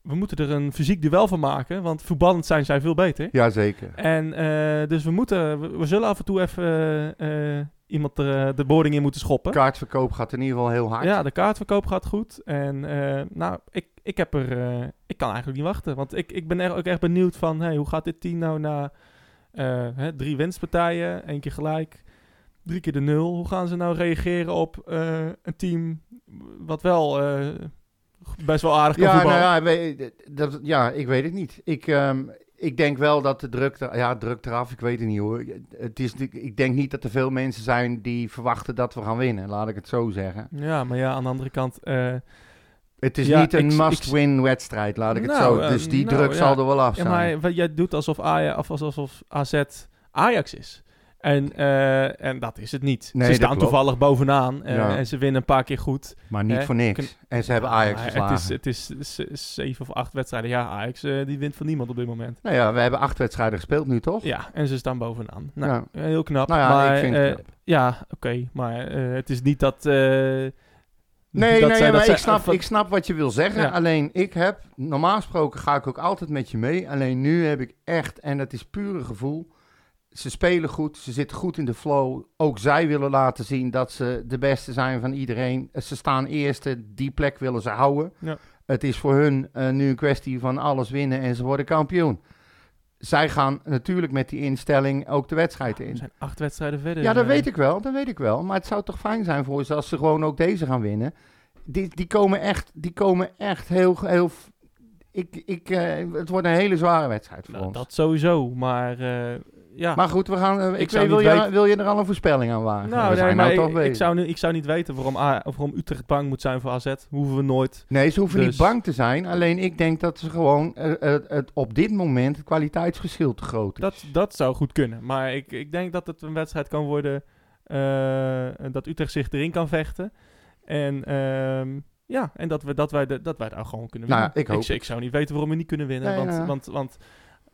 S1: we moeten er een fysiek duel van maken, want voetballend zijn zij veel beter.
S2: Jazeker.
S1: En eh, dus we moeten, we, we zullen af en toe even eh, eh, iemand er, eh, de boarding in moeten schoppen.
S2: Kaartverkoop gaat in ieder geval heel hard.
S1: Ja, de kaartverkoop gaat goed. En eh, nou, ik, ik heb er. eh, ik kan eigenlijk niet wachten. Want ik, ik ben er ook echt benieuwd van. Hey, hoe gaat dit team nou na eh, hè, drie winstpartijen? één keer gelijk, drie keer de nul. Hoe gaan ze nou reageren op eh, een team wat wel eh, best wel aardig kan
S2: Ja, nou
S1: voetballen?
S2: ja, we- dat, ja, ik weet het niet. Ik, ehm, ik denk wel dat de druk, er- ja, druk eraf, ik weet het niet hoor. Het is, ik denk niet dat er veel mensen zijn die verwachten dat we gaan winnen, laat ik het zo zeggen.
S1: Ja, maar ja, aan de andere kant. eh,
S2: Het is
S1: Ja,
S2: niet een
S1: ik-
S2: must-win wedstrijd, laat ik
S1: Nou,
S2: het
S1: eh,
S2: zo. Dus die
S1: nou,
S2: druk
S1: ja.
S2: zal er wel af
S1: Ja,
S2: zijn.
S1: maar wat jij doet alsof, Aja- of alsof, alsof AZ Ajax is. En, eh, en dat is het niet.
S2: Nee,
S1: ze
S2: dat
S1: staan
S2: klopt.
S1: toevallig bovenaan eh,
S2: Ja.
S1: en ze winnen een paar keer goed.
S2: Maar niet
S1: Hè?
S2: voor niks. En ze hebben Ajax
S1: Maar het
S2: verslagen.
S1: is, het is ze- zeven of acht wedstrijden. Ja, Ajax eh, die wint van niemand op dit moment.
S2: Nou ja, we hebben acht wedstrijden gespeeld nu, toch?
S1: Ja, en ze staan bovenaan. Nou,
S2: Ja.
S1: eh, heel knap.
S2: Nou ja,
S1: maar,
S2: ik vind het
S1: eh,
S2: knap.
S1: Ja, oké. maar eh, het is niet dat... eh,
S2: Nee,
S1: dat
S2: nee,
S1: zij- dat
S2: maar
S1: zij-
S2: ik, snap,
S1: van-
S2: ik snap wat je wil zeggen.
S1: Ja.
S2: Alleen ik heb, normaal gesproken ga ik ook altijd met je mee. Alleen nu heb ik echt, en dat is pure gevoel. Ze spelen goed, ze zitten goed in de flow. Ook zij willen laten zien dat ze de beste zijn van iedereen. Eh, Ze staan eerste, die plek willen ze houden.
S1: Ja.
S2: Het is voor hun eh, nu een kwestie van alles winnen en ze worden kampioen. Zij gaan natuurlijk met die instelling ook de wedstrijd
S1: we
S2: in.
S1: zijn acht wedstrijden verder.
S2: Ja, dat
S1: eh.
S2: weet ik wel, dat weet ik wel. Maar het zou toch fijn zijn voor ze als ze gewoon ook deze gaan winnen. Die, die komen echt, die komen echt heel, heel. Ik, ik, eh, het wordt een hele zware wedstrijd voor
S1: Nou,
S2: ons.
S1: dat sowieso, maar eh, ja.
S2: Maar goed, we gaan. eh, ik
S1: zou
S2: weet, wil,
S1: niet
S2: je,
S1: weten-
S2: wil je er al een voorspelling aan wagen?
S1: Nou,
S2: we
S1: nee,
S2: zijn
S1: maar
S2: nou toch
S1: ik,
S2: bezig.
S1: ik zou nu, ik zou niet weten waarom, A- of waarom Utrecht bang moet zijn voor AZ. Hoeven we nooit.
S2: Nee, ze hoeven
S1: dus-
S2: niet bang te zijn. Alleen ik denk dat ze gewoon eh, eh, het, op dit moment het kwaliteitsverschil te groot is.
S1: Dat, dat zou goed kunnen. Maar ik, ik denk dat het een wedstrijd kan worden eh, dat Utrecht zich erin kan vechten. En ehm, ja, en dat, we, dat, wij de, dat wij daar gewoon kunnen
S2: Nou,
S1: winnen.
S2: ik hoop
S1: ik, zou niet weten waarom we niet kunnen winnen.
S2: Nee, nou
S1: want
S2: ja.
S1: want, want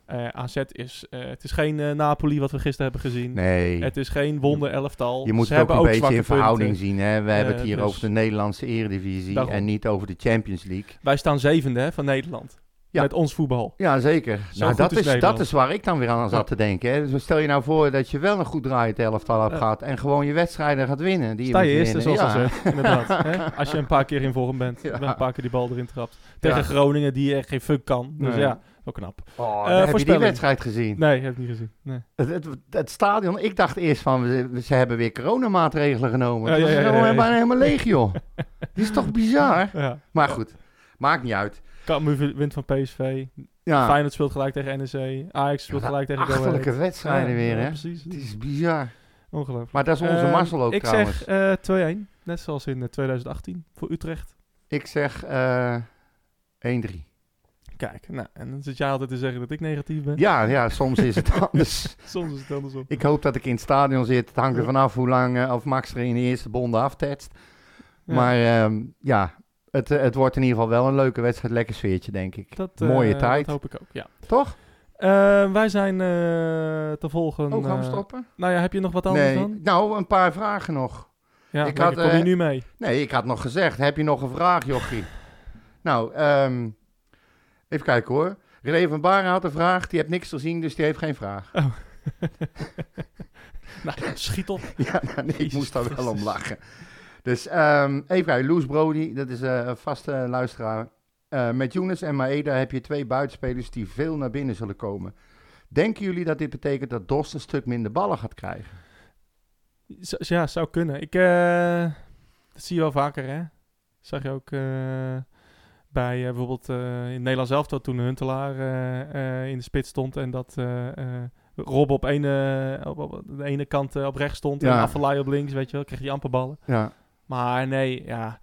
S1: eh, AZ is, eh, het is geen eh, Napoli wat we gisteren hebben gezien.
S2: nee.
S1: Het is geen wonder elftal.
S2: Je moet
S1: Ze
S2: het ook
S1: hebben
S2: een beetje
S1: zwakke
S2: in verhouding
S1: punten.
S2: zien. Hè? We hebben het
S1: Eh,
S2: hier
S1: dus-
S2: over de Nederlandse Eredivisie
S1: Daarom.
S2: en niet over de Champions League.
S1: Wij staan zevende hè, van Nederland.
S2: Ja.
S1: Met ons voetbal.
S2: Ja, zeker.
S1: Zo
S2: Nou,
S1: goed
S2: dat,
S1: is
S2: is,
S1: Nederland.
S2: dat is waar ik dan weer aan zat
S1: Ja.
S2: te denken. Hè. Dus stel je nou voor dat je wel een goed draaiend elftal hebt
S1: Ja.
S2: gehad en gewoon je wedstrijden gaat winnen. Die
S1: Sta je
S2: moet
S1: eerste, zoals
S2: winnen. Ja.
S1: gezegd, inderdaad. hè? Als je een paar keer in vorm bent,
S2: Ja.
S1: en een paar keer die bal erin trapt. Tegen
S2: Ja.
S1: Groningen, die echt geen fuck kan. Dus
S2: Nee.
S1: ja, wel knap.
S2: Oh,
S1: Eh,
S2: daar heb je die
S1: voorspelling.
S2: wedstrijd gezien?
S1: Nee, heb ik niet gezien. Nee.
S2: Het, het, het stadion, ik dacht eerst van, we- ze hebben weer coronamaatregelen genomen.
S1: Ja,
S2: Het
S1: ja,
S2: was
S1: ja, ja,
S2: gewoon
S1: ja.
S2: bijna helemaal leeg, joh. Dit is toch bizar?
S1: Ja.
S2: Maar goed, maakt niet uit.
S1: Cambuur wint van PSV.
S2: Ja,
S1: Feyenoord speelt gelijk tegen NEC. Ajax speelt
S2: Ah. Ja,
S1: gelijk tegen Go Ahead.
S2: achterlijke wedstrijden
S1: Ja,
S2: weer,
S1: ja,
S2: hè?
S1: Precies.
S2: Het is bizar.
S1: Ongelooflijk.
S2: Maar dat is onze
S1: Ehm,
S2: mazzel ook
S1: ik
S2: trouwens.
S1: zeg eh 2-1. Net zoals in eh, 2018 voor Utrecht.
S2: Ik zeg eh 1-3.
S1: Kijk, nou, en dan zit jij altijd te zeggen dat ik negatief ben.
S2: Ja, ja, soms is het anders.
S1: Soms is het andersom.
S2: Ik hoop dat ik in het stadion zit. Het hangt er vanaf hoe lang eh, of Max er in de eerste bonde aftetst.
S1: Ja.
S2: Maar ehm, ja, het, eh, het wordt in ieder geval wel een leuke wedstrijd. Lekker sfeertje, denk ik.
S1: dat, eh,
S2: mooie tijd.
S1: Dat hoop ik ook, ja.
S2: Toch?
S1: Eh, wij zijn eh, te volgen.
S2: Ook Oh, gaan we
S1: eh,
S2: stoppen?
S1: Nou ja, heb je nog wat anders
S2: Nee.
S1: dan?
S2: Nou, een paar vragen nog.
S1: Ja,
S2: Ik
S1: ik had,
S2: had,
S1: kom je
S2: eh,
S1: nu mee.
S2: Nee, ik had nog gezegd. Heb je nog een vraag, Jochie? nou, ehm, even kijken hoor. René van Baren had een vraag. Die heeft niks gezien, dus die heeft geen vraag.
S1: Nou, schiet op.
S2: Ja, nou, nee, ik
S1: Jezus
S2: moest daar wel om
S1: Christus.
S2: lachen. Dus ehm, even kijken, Loes Brody, dat is eh, een vaste luisteraar. Eh, met Younes en Maeda heb je twee buitenspelers die veel naar binnen zullen komen. Denken jullie dat dit betekent dat Dost een stuk minder ballen gaat krijgen?
S1: Z- ja, zou kunnen. Ik, eh, dat zie je wel vaker, hè? Zag je ook eh, bij eh, bijvoorbeeld eh, in Nederland zelf dat toen Huntelaar eh, eh, in de spits stond en dat eh, eh, Rob op, ene, op, op de ene kant eh, op rechts stond en
S2: Ja.
S1: Affelay op links, weet je wel, kreeg hij amper ballen.
S2: Ja,
S1: Maar nee, ja.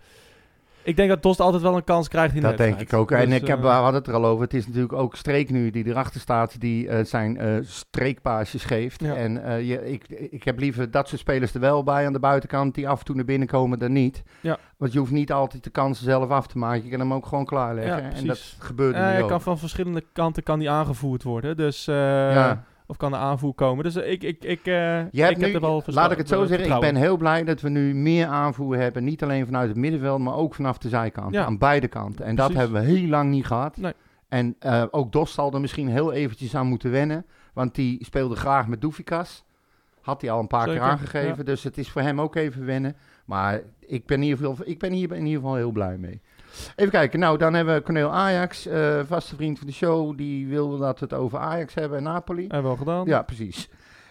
S1: Ik denk dat Dost altijd wel een kans krijgt in de
S2: dat denk ik
S1: wedstrijd.
S2: ook. En
S1: Dus,
S2: ik heb,
S1: eh,
S2: we hadden het er al over. Het is natuurlijk ook Streek nu die erachter staat, die eh, zijn eh streekpaasjes geeft.
S1: Ja.
S2: En eh, je, ik, ik heb liever dat soort spelers er wel bij aan de buitenkant, die af en toe naar binnen komen, dan niet.
S1: Ja.
S2: Want je hoeft niet altijd de kansen zelf af te maken. Je kan hem ook gewoon klaarleggen.
S1: Ja,
S2: en dat
S1: precies.
S2: gebeurde
S1: eh,
S2: nu
S1: hij
S2: ook.
S1: kan van verschillende kanten kan die aangevoerd worden. Dus, eh,
S2: ja.
S1: Of kan de aanvoer komen. Dus eh, ik, ik, ik, eh,
S2: Jij
S1: ik
S2: hebt
S1: heb
S2: nu,
S1: er wel
S2: laat ik het zo
S1: versta-
S2: zeggen, ik ben
S1: vertrouwen
S2: heel blij dat we nu meer aanvoer hebben. Niet alleen vanuit het middenveld, maar ook vanaf de zijkant.
S1: Ja.
S2: Aan beide kanten. En dat
S1: Precies.
S2: hebben we heel lang niet gehad.
S1: Nee.
S2: En eh, ook Dos zal er misschien heel eventjes aan moeten wennen. Want die speelde graag met Doefikas. Had hij al een paar
S1: Zeker,
S2: keer aangegeven. Dus het is voor hem ook even wennen. Maar ik ben, in ieder geval, ik ben hier in ieder geval heel blij mee. Even kijken, nou dan hebben we Cornel Ajax, eh, vaste vriend van de show. Die wilde dat we het over Ajax hebben en Napoli.
S1: Hebben we al Eh, gedaan.
S2: Ja, precies.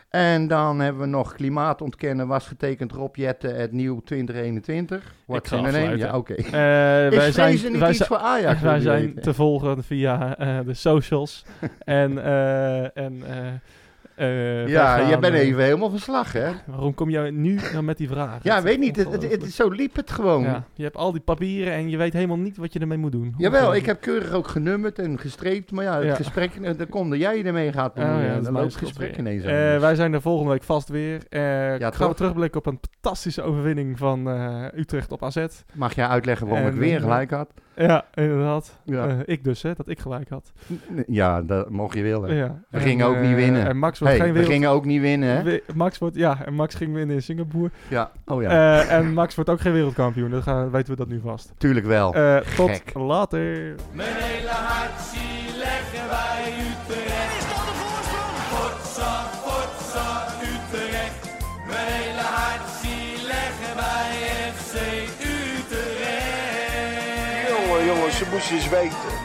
S2: En dan hebben we nog klimaat ontkennen was getekend Rob Jette het nieuw 2021.
S1: Ik
S2: Wat
S1: ga
S2: zijn er een?
S1: afsluiten.
S2: Ja, oké.
S1: Eh,
S2: Is
S1: wij zijn,
S2: vrezen niet
S1: wij
S2: iets
S1: zijn,
S2: voor Ajax? wil
S1: wij
S2: je
S1: zijn
S2: weten?
S1: te volgen via eh, de socials. en eh, en eh, eh,
S2: ja,
S1: wij gaan,
S2: jij bent
S1: eh,
S2: even helemaal verslag, hè?
S1: Waarom kom jij nu nou met die vraag?
S2: Ja,
S1: Dat is
S2: weet niet. Het, het,
S1: ongelooflijk.
S2: het- zo liep het gewoon.
S1: Ja, je hebt al die papieren en je weet helemaal niet wat je ermee moet doen. eh,
S2: Jawel, ik heb keurig ook genummerd en gestreept. Maar ja, het
S1: Ja.
S2: gesprek, eh, dan kom dat jij ermee gaat
S1: Oh
S2: doen.
S1: ja, dat
S2: eh,
S1: is
S2: dan
S1: mijn
S2: loopt het
S1: schuld
S2: gesprek
S1: weer.
S2: ineens
S1: Eh,
S2: anders.
S1: wij zijn er volgende week vast weer. Eh gaan
S2: toch?
S1: we terugblikken op een fantastische overwinning van eh, Utrecht op AZ.
S2: Mag jij uitleggen waarom
S1: en-
S2: ik weer gelijk had?
S1: Ja, inderdaad.
S2: Ja,
S1: Eh, ik dus, hè, dat ik gelijk had.
S2: ja dat mocht je willen.
S1: Ja.
S2: We gingen ook
S1: eh,
S2: niet winnen.
S1: En Max wordt
S2: Hey,
S1: geen
S2: we
S1: wereld...
S2: gingen ook niet winnen, hè?
S1: we- Max wordt, ja, en Max ging winnen in Singapore.
S2: Ja. Oh ja,
S1: Eh, en Max wordt ook geen wereldkampioen, dan gaan, weten we dat nu vast.
S2: tuurlijk wel.
S1: Eh, tot
S2: gek.
S1: later.
S3: Mijn hele hart zie leggen wij Utrecht. Is dat de voorsprong? Potsa, potsa, Utrecht. Mijn hele hart zie leggen wij FC Utrecht.
S4: Jongen, jongen, ze moesten eens weten.